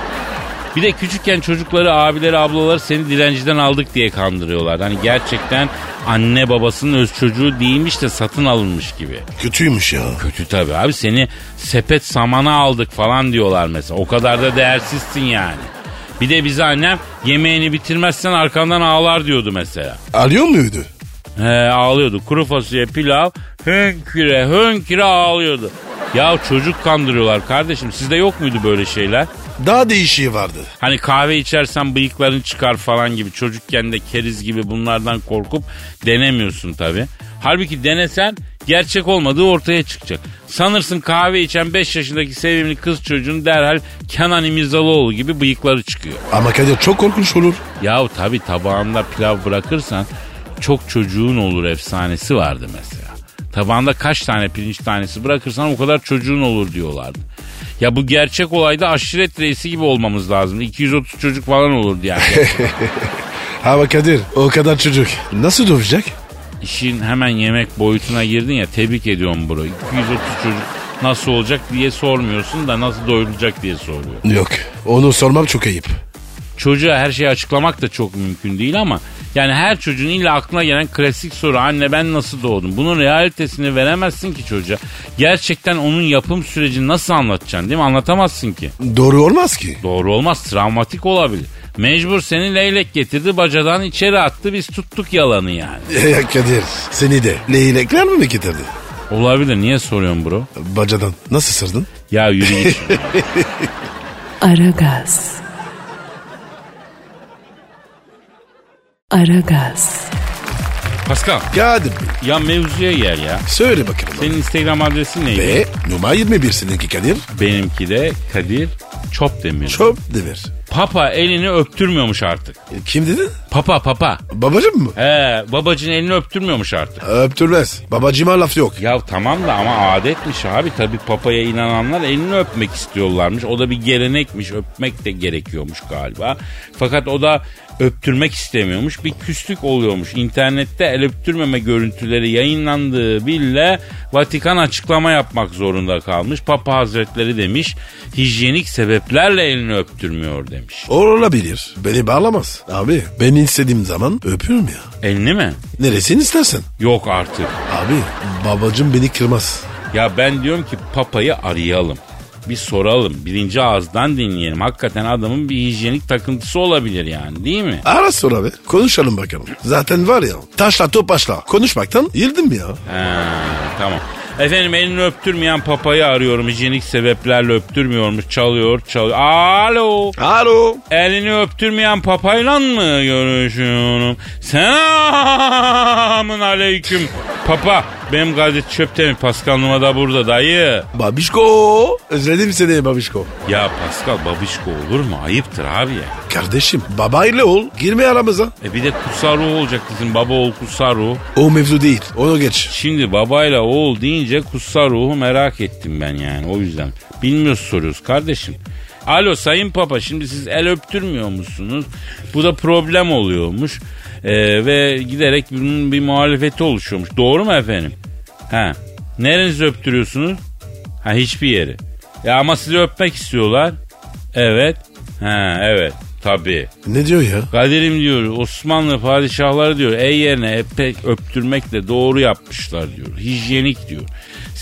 [SPEAKER 2] Bir de küçükken çocukları, abileri, ablaları seni dilenciden aldık diye kandırıyorlar. Hani gerçekten anne babasının öz çocuğu değilmiş de satın alınmış gibi.
[SPEAKER 4] Kötüymüş ya.
[SPEAKER 2] Kötü tabii abi seni sepet samana aldık falan diyorlar mesela. O kadar da değersizsin yani. Bir de bize annem yemeğini bitirmezsen arkandan ağlar diyordu mesela.
[SPEAKER 4] Alıyor muydu?
[SPEAKER 2] He ağlıyordu. Kuru fasulye pilav hönküre hönküre ağlıyordu. Ya çocuk kandırıyorlar kardeşim. Sizde yok muydu böyle şeyler?
[SPEAKER 4] Daha değişiği vardı.
[SPEAKER 2] Hani kahve içersen bıyıkların çıkar falan gibi çocukken de keriz gibi bunlardan korkup denemiyorsun tabi. Halbuki denesen gerçek olmadığı ortaya çıkacak. Sanırsın kahve içen 5 yaşındaki sevimli kız çocuğun derhal Kenan İmirzalıoğlu gibi bıyıkları çıkıyor.
[SPEAKER 4] Ama Kadir çok korkunç olur.
[SPEAKER 2] Yahu tabi tabağında pilav bırakırsan çok çocuğun olur efsanesi vardı mesela. Tabağında kaç tane pirinç tanesi bırakırsan o kadar çocuğun olur diyorlardı. Ya bu gerçek olayda aşiret reisi gibi olmamız lazım. 230 çocuk falan olur diye.
[SPEAKER 4] Ama Kadir o kadar çocuk. Nasıl dövecek?
[SPEAKER 2] İşin hemen yemek boyutuna girdin ya tebrik ediyorum bro. 230 çocuk nasıl olacak diye sormuyorsun da nasıl doyurulacak diye soruyor.
[SPEAKER 4] Yok. Onu sormam çok ayıp.
[SPEAKER 2] Çocuğa her şeyi açıklamak da çok mümkün değil ama yani her çocuğun illa aklına gelen klasik soru anne ben nasıl doğdum? Bunun realitesini veremezsin ki çocuğa. Gerçekten onun yapım sürecini nasıl anlatacaksın değil mi? Anlatamazsın ki.
[SPEAKER 4] Doğru olmaz ki.
[SPEAKER 2] Doğru olmaz travmatik olabilir. Mecbur seni leylek getirdi bacadan içeri attı biz tuttuk yalanı yani.
[SPEAKER 4] Ya Kadir seni de leylekler mi getirdi?
[SPEAKER 2] Olabilir niye soruyorsun bro?
[SPEAKER 4] Bacadan. Nasıl sırdın?
[SPEAKER 2] Ya yürü git.
[SPEAKER 1] Aragaz. Aragaz.
[SPEAKER 2] Pascal
[SPEAKER 4] Kadir Bey,
[SPEAKER 2] ya mevzuya gel ya.
[SPEAKER 4] söyle bakalım.
[SPEAKER 2] Senin Instagram adresin neydi?
[SPEAKER 4] Ve numara 21 seninki Kadir.
[SPEAKER 2] Benimki de Kadir Çopdemir.
[SPEAKER 4] Çöp demir.
[SPEAKER 2] Papa elini öptürmüyormuş artık.
[SPEAKER 4] E, Kim dedi?
[SPEAKER 2] Papa papa.
[SPEAKER 4] Babacım mı? E,
[SPEAKER 2] He babacın elini öptürmüyormuş artık.
[SPEAKER 4] Öptürmez. Babacıma laf yok.
[SPEAKER 2] Ya tamam da ama adetmiş abi. Tabi papaya inananlar elini öpmek istiyorlarmış. O da bir gelenekmiş. Öpmek de gerekiyormuş galiba. Fakat o da öptürmek istemiyormuş. Bir küslük oluyormuş. İnternette el öptürmeme görüntüleri yayınlandığı bile Vatikan açıklama yapmak zorunda kalmış. Papa Hazretleri demiş hijyenik sebeplerle elini öptürmüyor demiş.
[SPEAKER 4] Olabilir. Beni bağlamaz. Abi ben istediğim zaman öpüyorum ya.
[SPEAKER 2] Elini mi?
[SPEAKER 4] Neresini istersen.
[SPEAKER 2] Yok artık.
[SPEAKER 4] Abi babacım beni kırmaz.
[SPEAKER 2] Ya ben diyorum ki papayı arayalım. Bir soralım. Birinci ağızdan dinleyelim. Hakikaten adamın bir hijyenik takıntısı olabilir yani değil mi?
[SPEAKER 4] Ara sor abi. Konuşalım bakalım. Zaten var ya taşla topaşla konuşmaktan yıldım ya.
[SPEAKER 2] Ha, tamam. Efendim elini öptürmeyen papayı arıyorum. Hijyenik sebeplerle öptürmüyormuş. Çalıyor çalıyor. Alo.
[SPEAKER 4] Alo.
[SPEAKER 2] Elini öptürmeyen papayla mı görüşüyorum? Selamın aleyküm. Papa benim gazete çöpte mi? Pascal Numa da burada dayı.
[SPEAKER 4] Babişko. Özledim seni babişko.
[SPEAKER 2] Ya Pascal babişko olur mu? Ayıptır abi ya.
[SPEAKER 4] Kardeşim babayla ol. Girme aramıza.
[SPEAKER 2] E bir de kutsal ruh olacak bizim baba oğul kutsal ruh.
[SPEAKER 4] O mevzu değil. Onu geç.
[SPEAKER 2] Şimdi babayla oğul deyince kutsal ruhu merak ettim ben yani o yüzden. Bilmiyoruz soruyoruz kardeşim. Alo sayın papa şimdi siz el öptürmüyor musunuz? Bu da problem oluyormuş. E, ve giderek bunun bir muhalefeti oluşuyormuş. Doğru mu efendim? Ha. Nerenizi öptürüyorsunuz? Ha hiçbir yeri. Ya ama sizi öpmek istiyorlar. Evet. Ha evet. Tabii.
[SPEAKER 4] Ne diyor ya?
[SPEAKER 2] Kadir'im diyor Osmanlı padişahları diyor el yerine epek öptürmekle doğru yapmışlar diyor. Hijyenik diyor.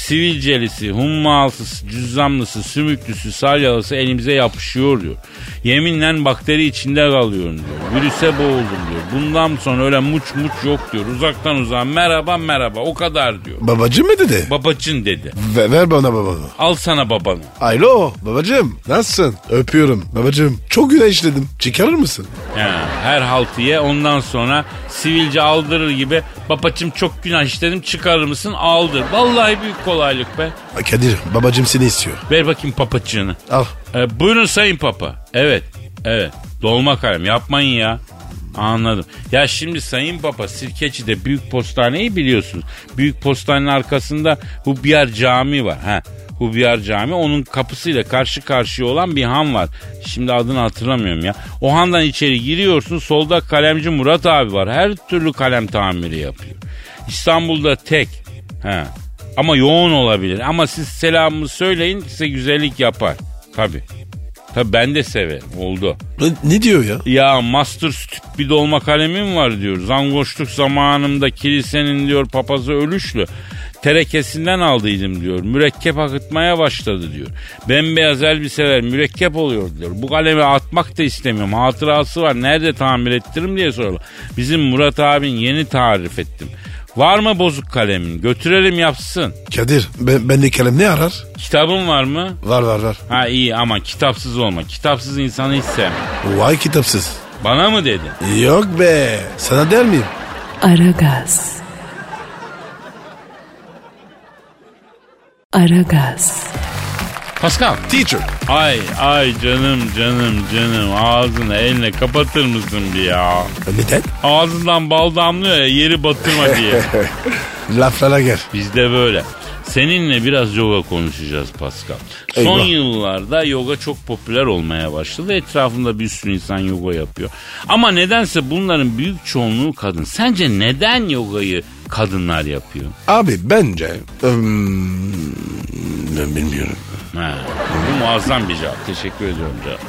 [SPEAKER 2] Sivilcelisi, hummalısı, cüzzamlısı, sümüklüsü, salyalısı elimize yapışıyor diyor. Yeminle bakteri içinde kalıyorum diyor. Virüse boğuldum diyor. Bundan sonra öyle muç muç yok diyor. Uzaktan uzağa merhaba merhaba o kadar diyor.
[SPEAKER 4] Babacım mı dedi?
[SPEAKER 2] Babacın dedi.
[SPEAKER 4] Ve- ver bana babanı.
[SPEAKER 2] Al sana babanı.
[SPEAKER 4] Alo babacım nasılsın? Öpüyorum babacım. Çok günah işledim. Çıkarır mısın?
[SPEAKER 2] Ha, her haltıya ondan sonra sivilce aldırır gibi babacım çok günah işledim çıkarır mısın aldır. Vallahi büyük kolaylık be.
[SPEAKER 4] Ha, Kadir babacım seni istiyor.
[SPEAKER 2] Ver bakayım papacığını.
[SPEAKER 4] Al.
[SPEAKER 2] E, buyurun sayın papa. Evet evet dolma kalem yapmayın ya. Anladım. Ya şimdi Sayın Papa Sirkeçi'de Büyük Postane'yi biliyorsunuz. Büyük Postane'nin arkasında Hubiyar Camii var. Ha, Hubiyar Camii onun kapısıyla karşı karşıya olan bir han var. Şimdi adını hatırlamıyorum ya. O handan içeri giriyorsun solda kalemci Murat abi var. Her türlü kalem tamiri yapıyor. İstanbul'da tek. Ha. Ama yoğun olabilir. Ama siz selamımı söyleyin size güzellik yapar. Tabii. Tabii ben de severim. Oldu.
[SPEAKER 4] Ne, ne diyor ya?
[SPEAKER 2] Ya master stüp bir dolma kalemim var diyor. Zangoşluk zamanımda kilisenin diyor papazı ölüşlü. Terekesinden aldıydım diyor. Mürekkep akıtmaya başladı diyor. Bembeyaz elbiseler mürekkep oluyor diyor. Bu kalemi atmak da istemiyorum. Hatırası var. Nerede tamir ettiririm diye soruyorlar. Bizim Murat abin yeni tarif ettim. Var mı bozuk kalemin? Götürelim yapsın.
[SPEAKER 4] Kadir ben, ben de kalem ne arar?
[SPEAKER 2] Kitabın var mı?
[SPEAKER 4] Var var var.
[SPEAKER 2] Ha iyi ama kitapsız olma. Kitapsız insanı hiç sevmem.
[SPEAKER 4] Vay kitapsız.
[SPEAKER 2] Bana mı dedin?
[SPEAKER 4] Yok be. Sana der miyim?
[SPEAKER 1] Aragaz. Aragaz.
[SPEAKER 2] Pascal.
[SPEAKER 4] Teacher.
[SPEAKER 2] Ay ay canım canım canım ağzını eline kapatır mısın bir ya?
[SPEAKER 4] Neden?
[SPEAKER 2] Ağzından bal damlıyor ya yeri batırma diye.
[SPEAKER 4] Laflara gel.
[SPEAKER 2] Bizde böyle. Seninle biraz yoga konuşacağız Pascal. Son
[SPEAKER 4] Eyvah.
[SPEAKER 2] yıllarda yoga çok popüler olmaya başladı. Etrafında bir sürü insan yoga yapıyor. Ama nedense bunların büyük çoğunluğu kadın. Sence neden yogayı kadınlar yapıyor?
[SPEAKER 4] Abi bence... ım, ben bilmiyorum.
[SPEAKER 2] Ha, bu muazzam bir cevap. Teşekkür ediyorum cevap.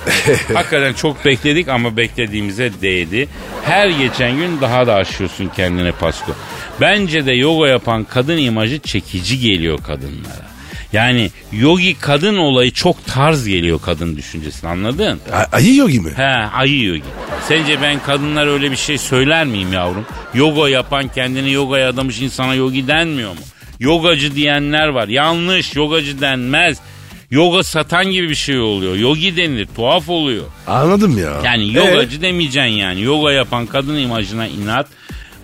[SPEAKER 2] Hakikaten çok bekledik ama beklediğimize değdi. Her geçen gün daha da aşıyorsun kendine Pasko. Bence de yoga yapan kadın imajı çekici geliyor kadınlara. Yani yogi kadın olayı çok tarz geliyor kadın düşüncesine anladın?
[SPEAKER 4] A- ayı yogi mi?
[SPEAKER 2] He ayı yogi. Sence ben kadınlar öyle bir şey söyler miyim yavrum? Yoga yapan kendini yogaya adamış insana yogi denmiyor mu? Yogacı diyenler var. Yanlış yogacı denmez. yoga satan gibi bir şey oluyor. Yogi denilir tuhaf oluyor.
[SPEAKER 4] Anladım ya. Ee,
[SPEAKER 2] Yani yogacı demeyeceksin yani. Yoga yapan kadın imajına inat.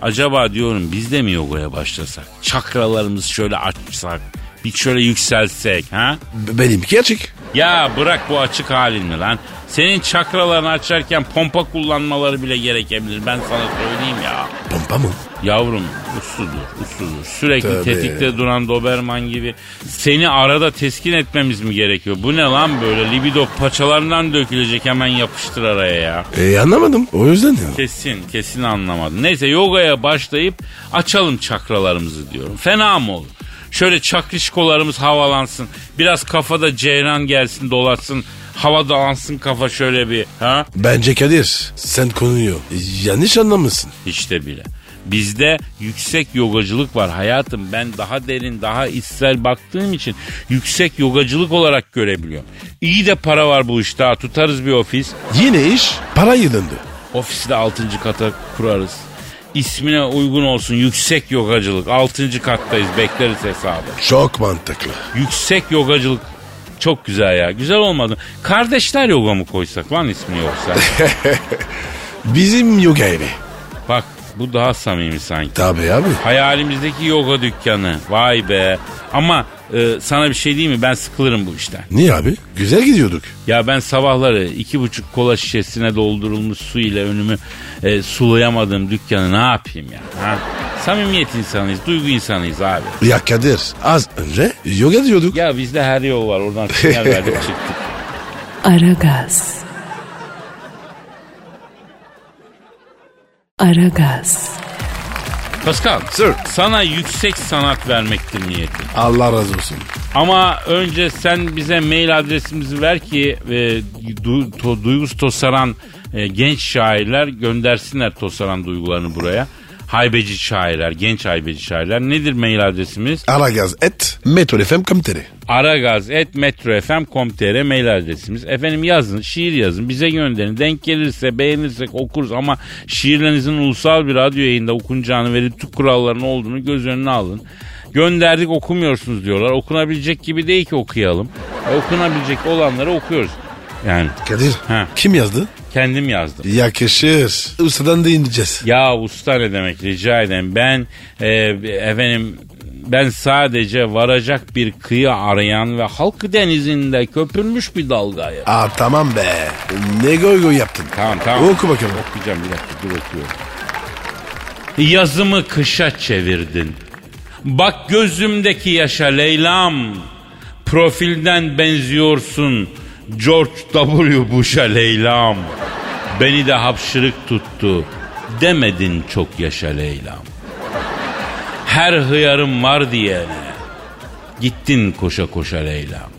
[SPEAKER 2] Acaba diyorum biz de mi yogaya başlasak? Çakralarımız şöyle açsak. Bir şöyle yükselsek ha?
[SPEAKER 4] Ee, benimki açık.
[SPEAKER 2] Ya bırak bu açık halini lan. Senin çakralarını açarken pompa kullanmaları bile gerekebilir. Ben sana söyleyeyim ya.
[SPEAKER 4] Pompa mı?
[SPEAKER 2] Yavrum usludur, usludur. Sürekli
[SPEAKER 4] Tabii.
[SPEAKER 2] tetikte duran Doberman gibi. Seni arada teskin etmemiz mi gerekiyor? Bu ne lan böyle? Libido paçalarından dökülecek hemen yapıştır araya ya.
[SPEAKER 4] Ee, anlamadım. O yüzden dedim.
[SPEAKER 2] Kesin, kesin anlamadım. Neyse yogaya başlayıp açalım çakralarımızı diyorum. Fena mı olur? Şöyle çakrişkolarımız havalansın. Biraz kafada ceyran gelsin dolaşsın. Hava dalansın kafa şöyle bir. Ha?
[SPEAKER 4] Bence Kadir sen konuyu yanlış anlamışsın.
[SPEAKER 2] İşte bile. Bizde yüksek yogacılık var hayatım. Ben daha derin, daha içsel baktığım için yüksek yogacılık olarak görebiliyorum. İyi de para var bu işte. ha. Tutarız bir ofis.
[SPEAKER 4] Yine iş parayı döndü.
[SPEAKER 2] Ofisi de 6. kata kurarız. İsmine uygun olsun yüksek yogacılık. 6. kattayız bekleriz hesabı.
[SPEAKER 4] Çok mantıklı.
[SPEAKER 2] Yüksek yogacılık çok güzel ya. Güzel olmadı. Kardeşler yoga mı koysak lan ismi yoksa?
[SPEAKER 4] Bizim yoga evi.
[SPEAKER 2] Bak bu daha samimi sanki.
[SPEAKER 4] Tabii abi.
[SPEAKER 2] Hayalimizdeki yoga dükkanı. Vay be. Ama e, sana bir şey diyeyim mi? Ben sıkılırım bu işten.
[SPEAKER 4] Niye abi? Güzel gidiyorduk.
[SPEAKER 2] Ya ben sabahları iki buçuk kola şişesine doldurulmuş su ile önümü e, sulayamadığım dükkanı ne yapayım ya? Ha? Samimiyet insanıyız, duygu insanıyız abi.
[SPEAKER 4] Ya Kadir az önce yoga diyorduk.
[SPEAKER 2] Ya bizde her yol var oradan sinyal verdik çıktık.
[SPEAKER 1] Aragaz. Aragaz.
[SPEAKER 2] Pascal,
[SPEAKER 4] Sir.
[SPEAKER 2] sana yüksek sanat vermektir niyetim.
[SPEAKER 4] Allah razı olsun.
[SPEAKER 2] Ama önce sen bize mail adresimizi ver ki e, du, to, duygusu tosaran e, genç şairler göndersinler tosaran duygularını buraya. Haybeci şairler, genç haybeci şairler. Nedir mail adresimiz?
[SPEAKER 4] Aragaz et metrolfm.com.tr
[SPEAKER 2] aragaz.metrofm.com.tr mail adresimiz. Efendim yazın, şiir yazın, bize gönderin. Denk gelirse, beğenirsek okuruz ama şiirlerinizin ulusal bir radyo yayında okunacağını ve tüm kuralların olduğunu göz önüne alın. Gönderdik okumuyorsunuz diyorlar. Okunabilecek gibi değil ki okuyalım. E, okunabilecek olanları okuyoruz. Yani
[SPEAKER 4] Kadir
[SPEAKER 2] Ha.
[SPEAKER 4] kim yazdı?
[SPEAKER 2] kendim yazdım.
[SPEAKER 4] Yakışır. Ustadan da ineceğiz.
[SPEAKER 2] Ya usta ne demek rica ederim. Ben e, efendim ben sadece varacak bir kıyı arayan ve halk denizinde köpürmüş bir dalgayım.
[SPEAKER 4] Aa tamam be. Ne goy goy yaptın.
[SPEAKER 2] Tamam tamam.
[SPEAKER 4] Oku bakalım.
[SPEAKER 2] Okuyacağım bir dakika dur okuyorum. Yazımı kışa çevirdin. Bak gözümdeki yaşa Leyla'm. Profilden benziyorsun George W. Bush'a Leyla'm. Beni de hapşırık tuttu. Demedin çok yaşa Leyla'm. Her hıyarım var diyene. Gittin koşa koşa Leyla'm.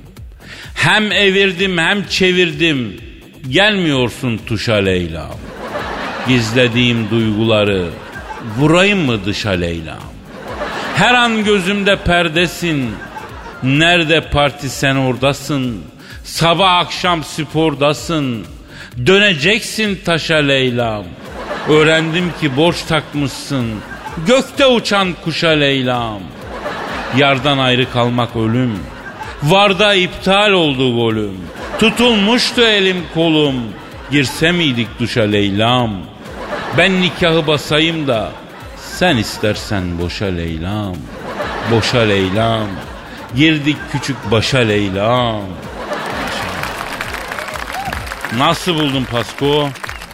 [SPEAKER 2] Hem evirdim hem çevirdim. Gelmiyorsun tuşa Leyla'm. Gizlediğim duyguları vurayım mı dışa Leyla'm? Her an gözümde perdesin. Nerede parti sen oradasın. Sabah akşam spordasın. Döneceksin taşa Leyla'm. Öğrendim ki borç takmışsın. Gökte uçan kuşa Leyla'm. Yardan ayrı kalmak ölüm. Varda iptal oldu golüm. Tutulmuştu elim kolum. Girse miydik duşa Leyla'm? Ben nikahı basayım da sen istersen boşa Leyla'm. Boşa Leyla'm. Girdik küçük başa Leyla'm. Nasıl buldun Pasko?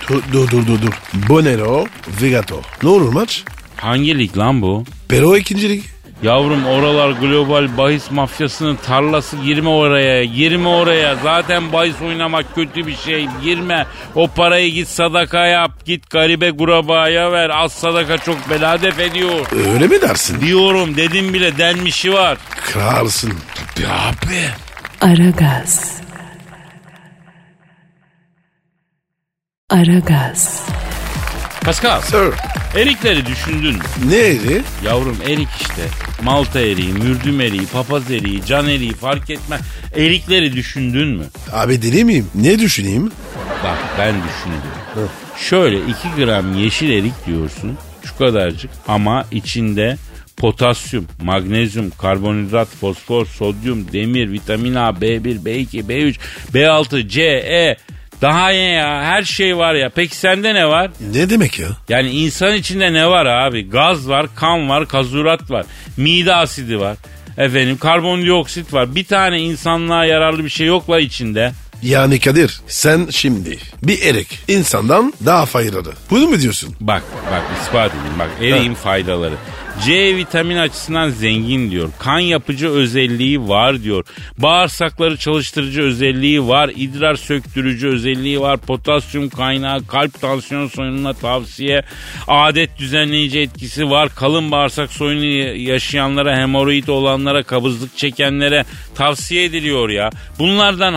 [SPEAKER 4] Dur dur dur dur. dur. Bonero, Vegato. Ne olur maç?
[SPEAKER 2] Hangi lig lan bu?
[SPEAKER 4] Pero ikincilik.
[SPEAKER 2] Yavrum oralar global bahis mafyasının tarlası girme oraya girme oraya zaten bahis oynamak kötü bir şey girme o parayı git sadaka yap git garibe gurabaya ver az sadaka çok bela def ediyor
[SPEAKER 4] Öyle mi dersin?
[SPEAKER 2] diyorum dedim bile denmişi var
[SPEAKER 4] Kırarsın. Tabii abi.
[SPEAKER 1] Aragaz. Aragaz.
[SPEAKER 2] Pascal
[SPEAKER 4] Sir.
[SPEAKER 2] erikleri düşündün mü?
[SPEAKER 4] Neydi?
[SPEAKER 2] Yavrum erik işte malta eriği mürdüm eriği papaz eriği can eriği fark etmez erikleri düşündün mü?
[SPEAKER 4] Abi deli miyim? Ne düşüneyim?
[SPEAKER 2] Bak ben düşünüyorum. Şöyle 2 gram yeşil erik diyorsun. Şu kadarcık ama içinde potasyum, magnezyum, karbonhidrat, fosfor, sodyum, demir, vitamin A, B1, B2, B3, B6, C, E. Daha ne ya? Her şey var ya. Peki sende ne var?
[SPEAKER 4] Ne demek ya?
[SPEAKER 2] Yani insan içinde ne var abi? Gaz var, kan var, kazurat var, mide asidi var. Efendim karbondioksit var. Bir tane insanlığa yararlı bir şey yok la içinde.
[SPEAKER 4] Yani Kadir sen şimdi bir erik insandan daha faydalı. Bunu mu diyorsun?
[SPEAKER 2] Bak bak ispat edeyim bak eriğin faydaları. C vitamini açısından zengin diyor. Kan yapıcı özelliği var diyor. Bağırsakları çalıştırıcı özelliği var. İdrar söktürücü özelliği var. Potasyum kaynağı, kalp tansiyon soyununa tavsiye. Adet düzenleyici etkisi var. Kalın bağırsak soyunu yaşayanlara, hemoroid olanlara, kabızlık çekenlere tavsiye ediliyor ya. Bunlardan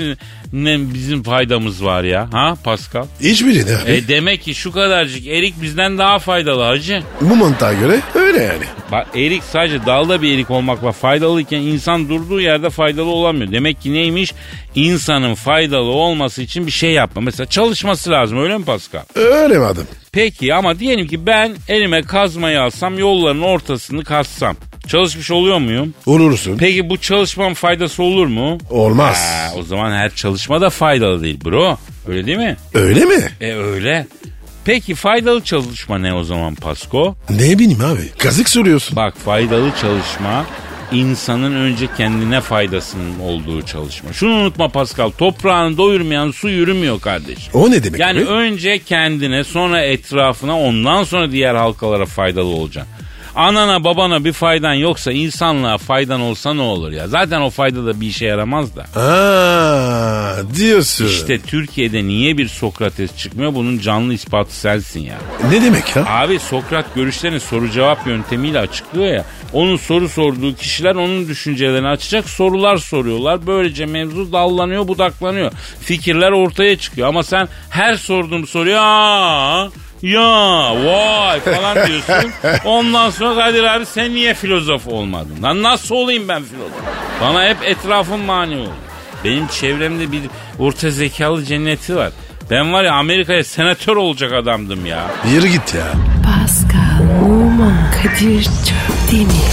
[SPEAKER 2] hangisinin bizim faydamız var ya? Ha Pascal?
[SPEAKER 4] Hiçbiri ne abi?
[SPEAKER 2] E demek ki şu kadarcık erik bizden daha faydalı hacı.
[SPEAKER 4] Bu mantığa göre öyle yani.
[SPEAKER 2] Bak erik sadece dalda bir erik olmakla faydalıyken insan durduğu yerde faydalı olamıyor. Demek ki neymiş? İnsanın faydalı olması için bir şey yapma. Mesela çalışması lazım öyle mi Pascal?
[SPEAKER 4] Öyle madem.
[SPEAKER 2] Peki ama diyelim ki ben elime kazmayı alsam yolların ortasını kazsam. Çalışmış oluyor muyum?
[SPEAKER 4] Olursun.
[SPEAKER 2] Peki bu çalışmanın faydası olur mu?
[SPEAKER 4] Olmaz.
[SPEAKER 2] Ha, o zaman her çalışma da faydalı değil bro. Öyle değil mi?
[SPEAKER 4] Öyle mi?
[SPEAKER 2] E öyle. Peki faydalı çalışma ne o zaman Pasko?
[SPEAKER 4] Ne bileyim abi. Kazık soruyorsun.
[SPEAKER 2] Bak faydalı çalışma insanın önce kendine faydasının olduğu çalışma. Şunu unutma Pascal toprağını doyurmayan su yürümüyor kardeşim.
[SPEAKER 4] O ne demek?
[SPEAKER 2] Yani
[SPEAKER 4] abi?
[SPEAKER 2] önce kendine sonra etrafına ondan sonra diğer halkalara faydalı olacaksın. Anana babana bir faydan yoksa insanlığa faydan olsa ne olur ya? Zaten o fayda da bir işe yaramaz da.
[SPEAKER 4] Ha, diyorsun.
[SPEAKER 2] İşte Türkiye'de niye bir Sokrates çıkmıyor? Bunun canlı ispatı sensin ya.
[SPEAKER 4] Ne demek ya?
[SPEAKER 2] Abi Sokrat görüşlerini soru cevap yöntemiyle açıklıyor ya. Onun soru sorduğu kişiler onun düşüncelerini açacak sorular soruyorlar. Böylece mevzu dallanıyor budaklanıyor. Fikirler ortaya çıkıyor ama sen her sorduğum soruya "Aa, ya vay falan diyorsun. Ondan sonra Kadir abi sen niye filozof olmadın? Lan nasıl olayım ben filozof? Bana hep etrafım mani oldu. Benim çevremde bir orta zekalı cenneti var. Ben var ya Amerika'ya senatör olacak adamdım ya.
[SPEAKER 4] Yürü git ya.
[SPEAKER 1] Pascal, Oman, Kadir çok değil mi?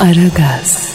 [SPEAKER 1] Aragaz.